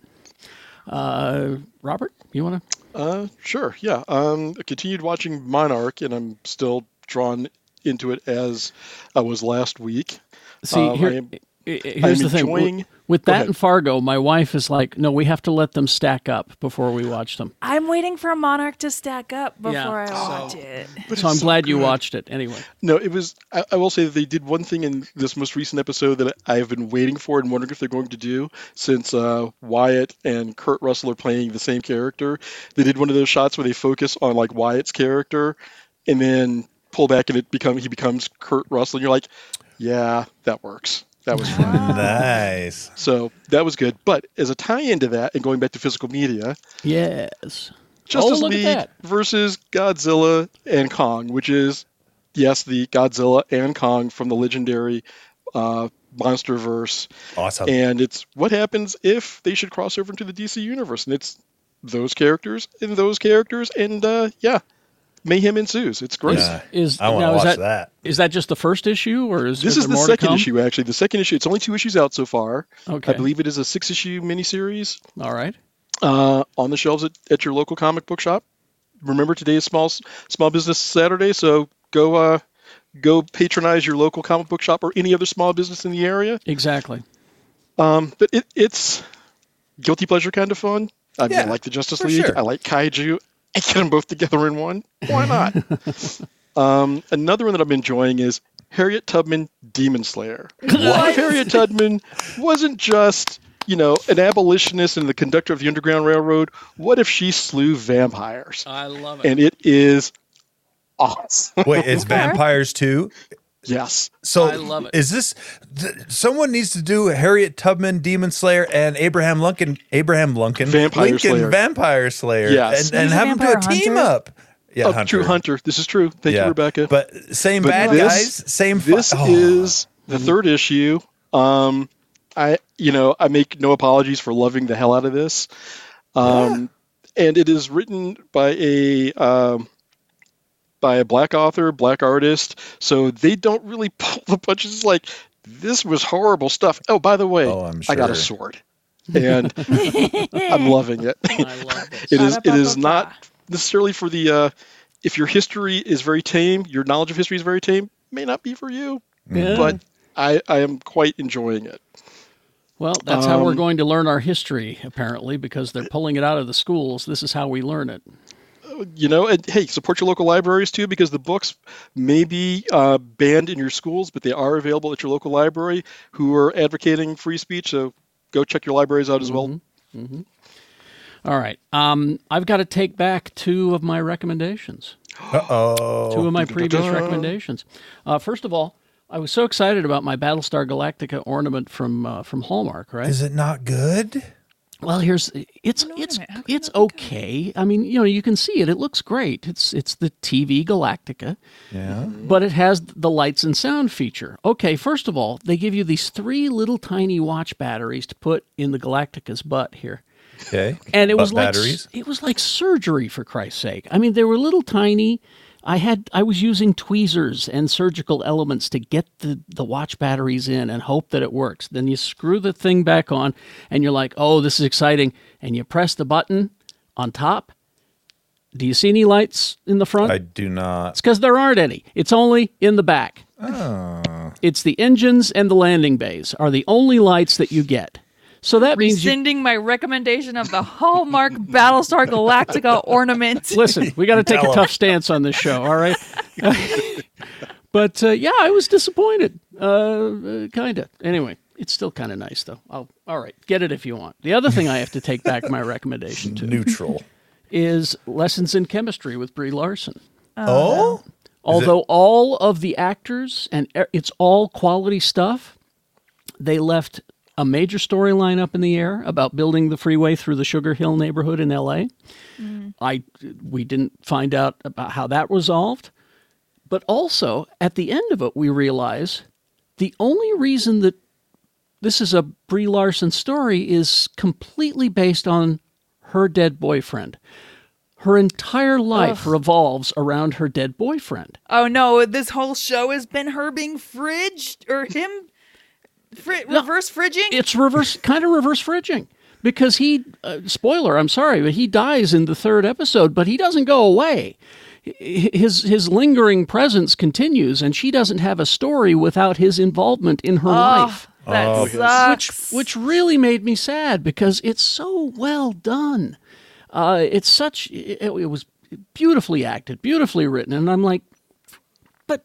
C: Uh, Robert, you want to?
E: Uh, sure. Yeah. Um, I continued watching Monarch, and I'm still drawn into it as I was last week.
C: See,
E: Um,
C: here,
E: I am-
C: i- i- here's
E: I'm
C: the thing. W-
E: enjoying-
C: With that
E: ahead.
C: and Fargo, my wife is like, no, we have to let them stack up before we watch them.
D: I'm waiting for a monarch to stack up before
C: Yeah,
D: I watch it.
E: But
C: So I'm
E: it's so
C: glad you
E: good.
C: watched it anyway.
E: No, it was. I, I will say that they did one thing in this most recent episode that I have been waiting for and wondering if they're going to do since uh, Wyatt and Kurt Russell are playing the same character. They did one of those shots where they focus on like Wyatt's character, and then pull back and it become he becomes Kurt Russell. And you're like, yeah, that works. That was fun.
B: Nice.
E: so that was good. But as a tie-in to that, and going back to physical media,
C: Yes. oh,
E: Justice
C: look
E: League
C: at
E: versus Godzilla and Kong, which is, yes, the Godzilla and Kong from the legendary uh, MonsterVerse,
B: Awesome.
E: and it's what happens if they should cross over into the DC universe, and it's those characters and those characters, and uh, yeah, mayhem ensues. It's great.
B: Yeah.
C: Is
B: I want
C: now
B: to
C: is
B: watch
C: that,
B: that.
C: Is that just the first issue, or is
E: This
C: there
E: is the
C: more to
E: second
C: come?
E: issue, actually. The second issue. It's only two issues out so far.
C: Okay.
E: I believe it is a six-issue miniseries
C: All right.
E: uh, on the shelves at, at your local comic book shop. Remember, today is small Small Business Saturday, so go uh, go patronize your local comic book shop or any other small business in the area.
C: Exactly.
E: Um, but it, it's guilty pleasure kind of fun. I, mean, I
B: Yeah,
E: like the Justice
B: for
E: League.
B: sure.
E: I like Kaiju. I get them both together in one. Why not? um, another one that I'm enjoying is Harriet Tubman Demon Slayer. What? Harriet Tubman wasn't just you know an abolitionist and the conductor of the Underground Railroad. What if she slew vampires?
C: I love
E: And it is awesome.
B: Wait, it's vampires too.
E: yes.
B: So
C: I love it.
B: Is this th- someone needs to do Harriet Tubman, Demon Slayer, and Abraham Lincoln, Abraham Lincoln,
E: Vampire
B: Lincoln
E: Slayer.
B: Vampire Slayer,
E: Yes.
B: and, and
D: He's a
B: have them do a
D: vampire
B: team
D: hunter?
B: up. Yeah,
E: Oh, True Hunter. This is true. Thank
B: yeah.
E: you, Rebecca.
B: But same
E: But
B: bad
E: this-
B: guys, same. fu-
E: this
B: Oh,
E: is the third issue. Um, I you know I make no apologies for loving the hell out of this, um, and it is written by a um, by a black author, black artist. So they don't really pull the punches. It's like this was horrible stuff. Oh, by the way,
B: Oh, I'm
E: I got a
B: sure.
E: sword, and I'm loving it.
C: I love this.
E: It is. It is
D: Ba-da-ba-ba-ba.
E: not necessarily for the. Uh, if your history is very tame, your knowledge of history is very tame, may not be for you.
B: Mm-hmm.
C: Yeah.
E: But I, I am quite enjoying it.
C: well, that's how we're
E: um,
C: going to learn our history, apparently, because they're pulling it out of the schools. This is how we learn it.
E: You know, and hey, support your local libraries too, because the books may be uh, banned in your schools, but they are available at your local library who are advocating free speech. So go check your libraries out as well.
C: All right. Um, I've got to take back two of my recommendations.
B: Uh-oh.
C: two of my previous
E: Da-da-da.
C: recommendations. Uh, first of all, I was so excited about my Battlestar Galactica ornament from uh, from Hallmark, right?
B: Is it not good?
C: Well, here's it's it's
D: minute, how can
C: it's okay. I mean, you know, you can see it. It looks great. It's it's the TV Galactica,
B: Yeah.
C: but it has the lights and sound feature. Okay, first of all, they give you these three little tiny watch batteries to put in the Galactica's butt here.
B: Okay.
C: And it
B: Butt
C: was like
B: batteries.
C: it was like surgery for Christ's sake. I mean, they were little tiny. I had I was using tweezers and surgical elements to get the the watch batteries in and hope that it works. Then you screw the thing back on and you're like, "Oh, this is exciting." And you press the button on top. Do you see any lights in the front?
B: I do not.
C: It's because there aren't any. It's only in the back.
B: Ah.
C: It's the engines and the landing bays are the only lights that you get. So that means you
D: Rescinding my recommendation of the Hallmark Battlestar Galactica ornament.
C: Listen, we got to take a
B: Tell 'em.
C: tough stance on this show, all right? but uh, yeah, I was disappointed. Uh, uh, kind of. Anyway, it's still kind of nice, though. I'll, all right, get it if you want. The other thing I have to take back my recommendation to
B: Neutral.
C: is Lessons in Chemistry with Brie Larson.
B: oh.
C: Although all of the actors and e- it's all quality stuff, they left a major storyline up in the air about building the freeway through the Sugar Hill neighborhood in LA. I we didn't find out about how that resolved. But also at the end of it we realize the only reason that this is a Brie Larson story is completely based on her dead boyfriend. Her entire life revolves around her dead boyfriend.
D: Oh no, this whole show has been her being fridged or him fri- reverse fridging?
C: it's reverse kind of reverse fridging because he uh, spoiler i'm sorry but he dies in the third episode but he doesn't go away H- his his lingering presence continues and she doesn't have a story without his involvement in her life
D: that
B: Oh.
C: which
D: sucks.
C: which really made me sad because it's so well done. Uh, it's such it, it was beautifully acted, beautifully written, and I'm like, but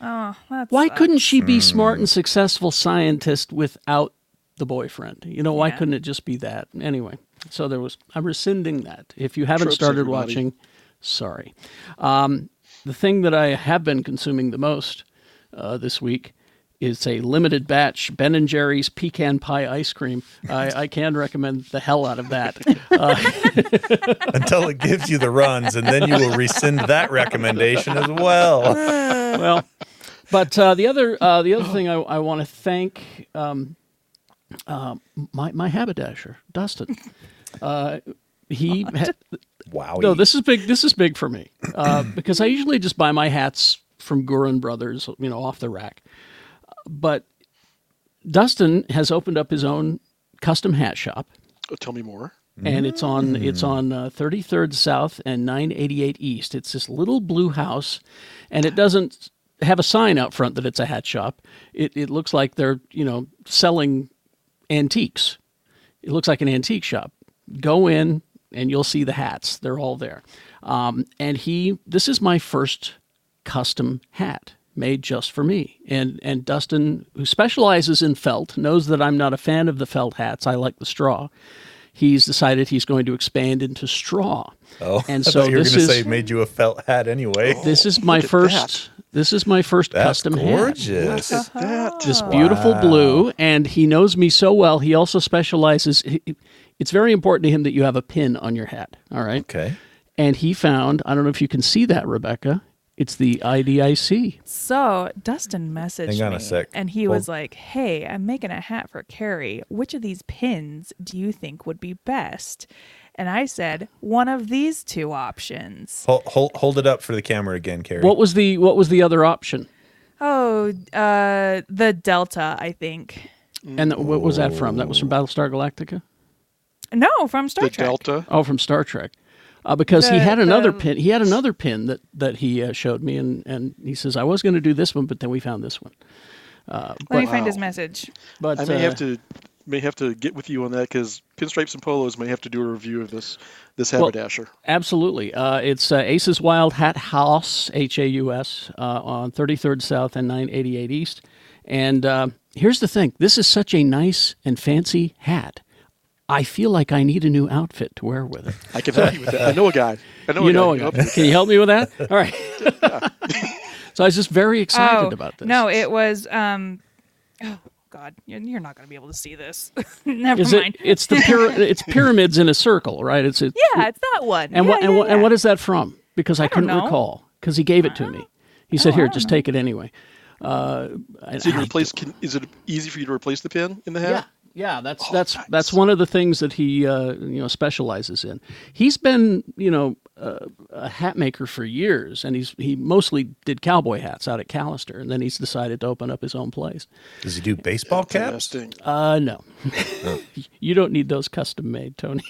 D: Oh,
C: why couldn't she be smart
E: Hmm.
C: and successful scientist without the boyfriend? You know, why couldn't it just be that? Anyway, so there was I'm rescinding that. If you haven't
E: Tropes,
C: started
E: everybody.
C: watching, sorry. Um, the thing that I have been consuming the most uh, this week is a limited batch Ben and Jerry's pecan pie ice cream. I, I can recommend the hell out of that.
B: Until it gives you the runs, and then you will rescind that recommendation as well.
C: well, But uh, the other uh, the other thing I, I want to thank um, uh, my my haberdasher Dustin. Uh, he had,
B: Wow.
C: no, this is big. This is big for me uh, because I usually just buy my hats from Gurin Brothers, you know, off the rack. But Dustin has opened up his own custom hat shop,
E: Oh, tell me more.
C: and it's on it's on uh, 33rd South and 988 East. It's this little blue house, and it doesn't have a sign out front that it's a hat shop. It it looks like they're you know selling antiques. It looks like an antique shop. Go in and you'll see the hats. They're all there. Um, and he this is my first custom hat made just for me. And and Dustin, who specializes in felt, knows that I'm not a fan of the felt hats. I like the straw. He's decided he's going to expand into straw.
B: Oh,
C: and
B: I
C: so
B: thought you were
C: this
B: gonna
C: is-
B: say made you a felt hat anyway.
C: This is my
E: look at
C: first. This is my first
B: That's
C: custom hat.
B: gorgeous.
E: Look at that.
C: This beautiful blue, and he knows me so well. He also specializes. he- he- It's very important to him that you have a pin on your hat. All right,
B: Okay.
C: and he found. I don't know if you can see that, Rebecca. It's the IDIC.
D: So Dustin
E: Mm-hmm.
D: messaged
B: Hang on a
D: me,
B: sec.
D: and he
B: Hold-
D: was like, "Hey, I'm making a hat for Carrie. Which of these pins do you think would be best?" And I said, "One of these two options."
B: Hold, hold, hold it up for the camera again, Carrie.
C: What was the What was the other option?
D: Oh, uh, the Delta, I think.
C: And th- what was that from? That was from Battlestar Galactica.
D: No, from Star
E: The
D: Trek.
E: Delta.
C: Oh, from Star Trek. Uh, because he
D: The-
C: had another
D: the-
C: pin. He had another pin that that he uh, showed me, and and he says I was going to do this one, but then we found this one.
D: Let me find his message.
C: But
E: I may
C: uh,
E: have to may have to get with you on that because pinstripes and polos may have to do a review of this this haberdasher.
C: Absolutely. Uh, it's uh, Aces Wild Hat House, H A U S, uh, on 33rd South and 988 East. And uh, here's the thing this is such a nice and fancy hat. I feel like I need a new outfit to wear with it.
E: I can help you with that. I know a guy. I know
C: you
E: a guy.
C: know,
E: who can help you.
C: can you help me with that? All right. so I was just very excited
D: oh,
C: about this.
D: No, it was. Um, oh God, you're, you're not going to be able to see this. Never
C: is
D: mind.
C: it? It's the pyra- it's pyramids in a circle, right? It's, it's
D: yeah, it's that one.
C: And
D: yeah,
C: what and
D: yeah,
C: what and
D: yeah.
C: what is that from? Because I, couldn't
D: know.
C: recall. Because he gave it to me. He said,
D: Oh, I
C: "Here,
D: don't
C: just
D: know.
C: take it anyway." Uh, and
E: So you can
C: I-
E: replace. Can, is it easy for you to replace the pin in the
C: Yeah, Oh,
E: hat?
C: yeah. That's that's that's one of the things that he uh, you know specializes in. He's been you know uh, a hat maker for years, and he's he mostly did cowboy hats out at Callister, and then he's decided to open up his own place.
B: Does he do baseball caps?
E: Interesting.
C: Uh, no, you don't need those custom made, Tony.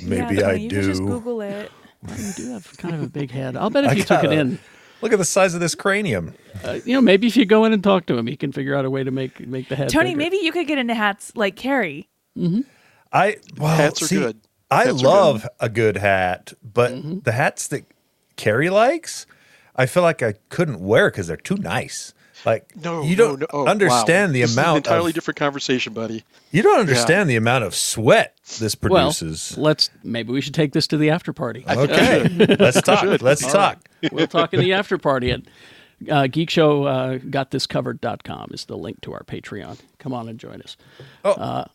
D: Yeah,
B: Maybe
D: Tony,
B: I
D: you can just
B: do.
D: Google it.
C: You do have kind of a big head. I'll bet if
B: I
C: you took it
B: gotta-
C: in,
B: Look at the size of this cranium.
C: uh, you know, maybe if you go in and talk to him, he can figure out a way to make make the head.
D: Tony,
C: bigger.
D: maybe you could get into hats like Carrie.
B: I well,
E: Hats are
B: see,
E: good.
B: I
E: Hats are
B: love a good hat, but
C: Mm-hmm.
B: the hats that Carrie likes, I feel like I couldn't wear because they're too nice. Like
E: No,
B: you don't
E: no, no. Oh, wow.
B: understand the
E: This is an
B: amount
E: entirely
B: of,
E: different conversation, buddy.
B: you don't understand the amount of sweat this
C: well,
B: produces.
C: let's maybe we should take this to the after party.
B: okay, let's talk. Let's talk.
C: We'll talk in the after party at uh, geekshowgotthiscovered.com is the link to our Patreon. Come on and join us.
B: Oh.
C: Uh,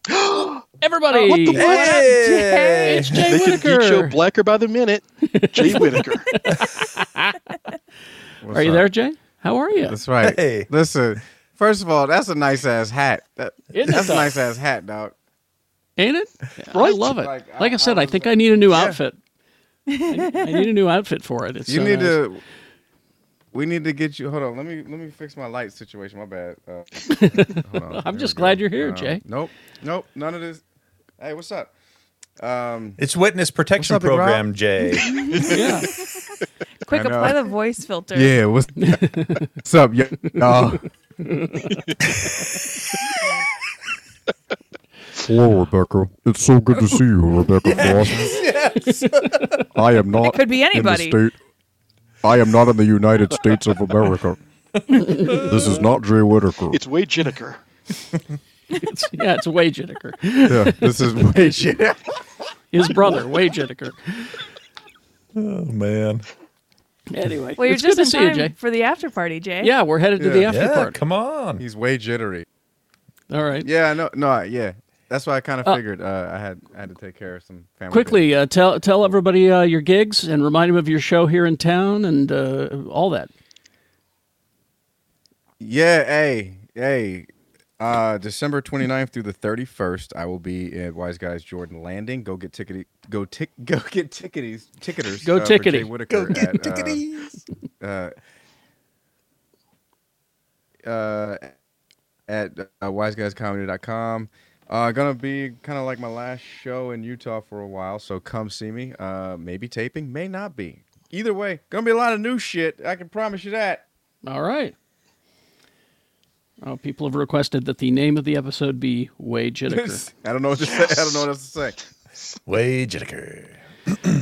C: everybody,
B: Hey!
C: it's Jay
E: Making Geek Show
C: Whitaker.
E: blacker by the minute. Jay Whitaker.
C: Are you there, Jay? How are you?
G: That's right.
B: Hey.
G: Listen, first of all, that's a nice ass hat. That,
C: Isn't it,
G: that's
C: though?
G: a nice ass hat, dog.
C: Ain't it? I
E: Right.
C: love it. Like,
G: Like, I-
C: I, said, I,
G: I
C: think I need a new outfit. I, I need a new outfit for it. It's
G: You
C: so
G: need
C: nice.
G: to. We need to get you. Hold on. Let me let me fix my light situation. My bad. Uh, hold on. Here we
C: just
G: go.
C: glad you're here,
G: Um,
C: Jay.
G: Nope. Nope. None of this. Hey, what's up? Um,
B: It's witness protection
G: What's up, Big Rob?
B: program, Jay.
C: Yeah.
D: Quick,
G: know.
D: apply the voice filter.
G: Yeah. What's, what's up, yo? No.
H: Hello, Rebecca. It's so good to see you, Rebecca Frost.
B: yes.
H: I am not
D: could be anybody.
H: in the state. I am not in the United States of America. this is not Jay Whitaker.
E: It's Wade Jinniker.
C: It's, yeah, it's Wade Jenniker.
G: Yeah, this is way shit.
C: His brother, Wade Jenniker.
B: Oh man.
C: Anyway,
D: Well, you're
C: it's
D: just
C: good
D: in
C: to see you,
D: time
C: Jay.
D: for the after party, Jay.
C: Yeah, we're headed to the
G: Yeah.
C: after
B: yeah,
C: party.
B: come on.
G: He's way jittery.
C: All right.
G: Yeah. I know. No. I- Yeah. That's why I kind of figured uh, I had I had to take care of some family.
C: quickly uh, tell tell everybody uh, your gigs and remind them of your show here in town and uh, all that.
G: Yeah, hey, hey. Uh, December 29th through the 31st, I will be at Wise Guys Jordan Landing. Go get tickety, go tick, go get ticketies, ticketers.
C: Go
G: uh, for Jay
C: tickety.
G: Whitaker
B: Go get
G: at, uh, Uh, uh, at uh, wiseguyscomedy.com. Uh, gonna be kind of like my last show in Utah for a while, so come see me. Uh, maybe taping, may not be. Either way, gonna be a lot of new shit. I can promise you that.
C: All right. Oh, people have requested that the name of the episode be Way Jitaker.
G: I don't know what to say. I don't know what else to say.
B: Way Jitaker.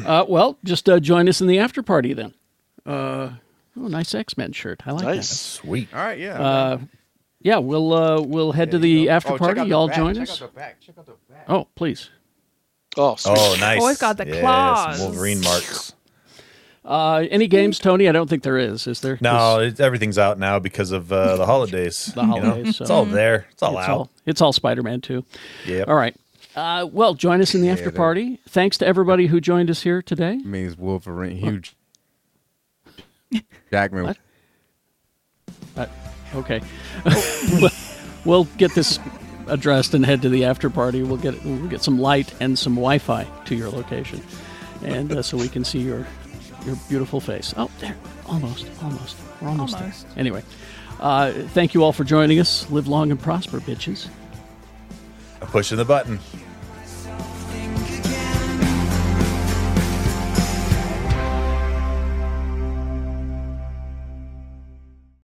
C: uh, well, just uh, join us in the after party then. Uh, oh, nice X Men shirt. I like that.
E: Nice.
B: Sweet.
G: All right, yeah.
C: Uh, yeah, we'll uh, we'll head to the after
G: Oh, check
C: party.
G: out the
C: Y'all
G: back,
C: join
G: check
C: us.
G: Out the back, check out the back.
C: Oh, please.
E: Oh, sweet.
B: Oh, nice.
D: Oh, it's got the
B: Yeah, some
D: claws.
B: Wolverine marks.
C: Uh, any games, Tony? I don't think there is. Is there?
B: No, it's, everything's out now because of uh, the holidays.
C: The
B: you know?
C: holidays,
B: It's
C: so-
B: all there. It's all
C: it's
B: out.
C: all it's all Spider Man too.
B: Yep.
C: All right. Uh, well, join us in the after
G: dude.
C: party. Thanks to everybody who joined us here today.
G: means Wolverine, huge. Jackman.
C: What? Okay. Well, we'll get this addressed and head to the after party. We'll get we'll get some light and some Wi-Fi to your location, and uh, so we can see your your beautiful face. Oh, there, almost, almost, we're almost,
D: Almost.
C: there. Anyway, uh, thank you all for joining us. Live long and prosper, bitches.
B: I'm pushing the button.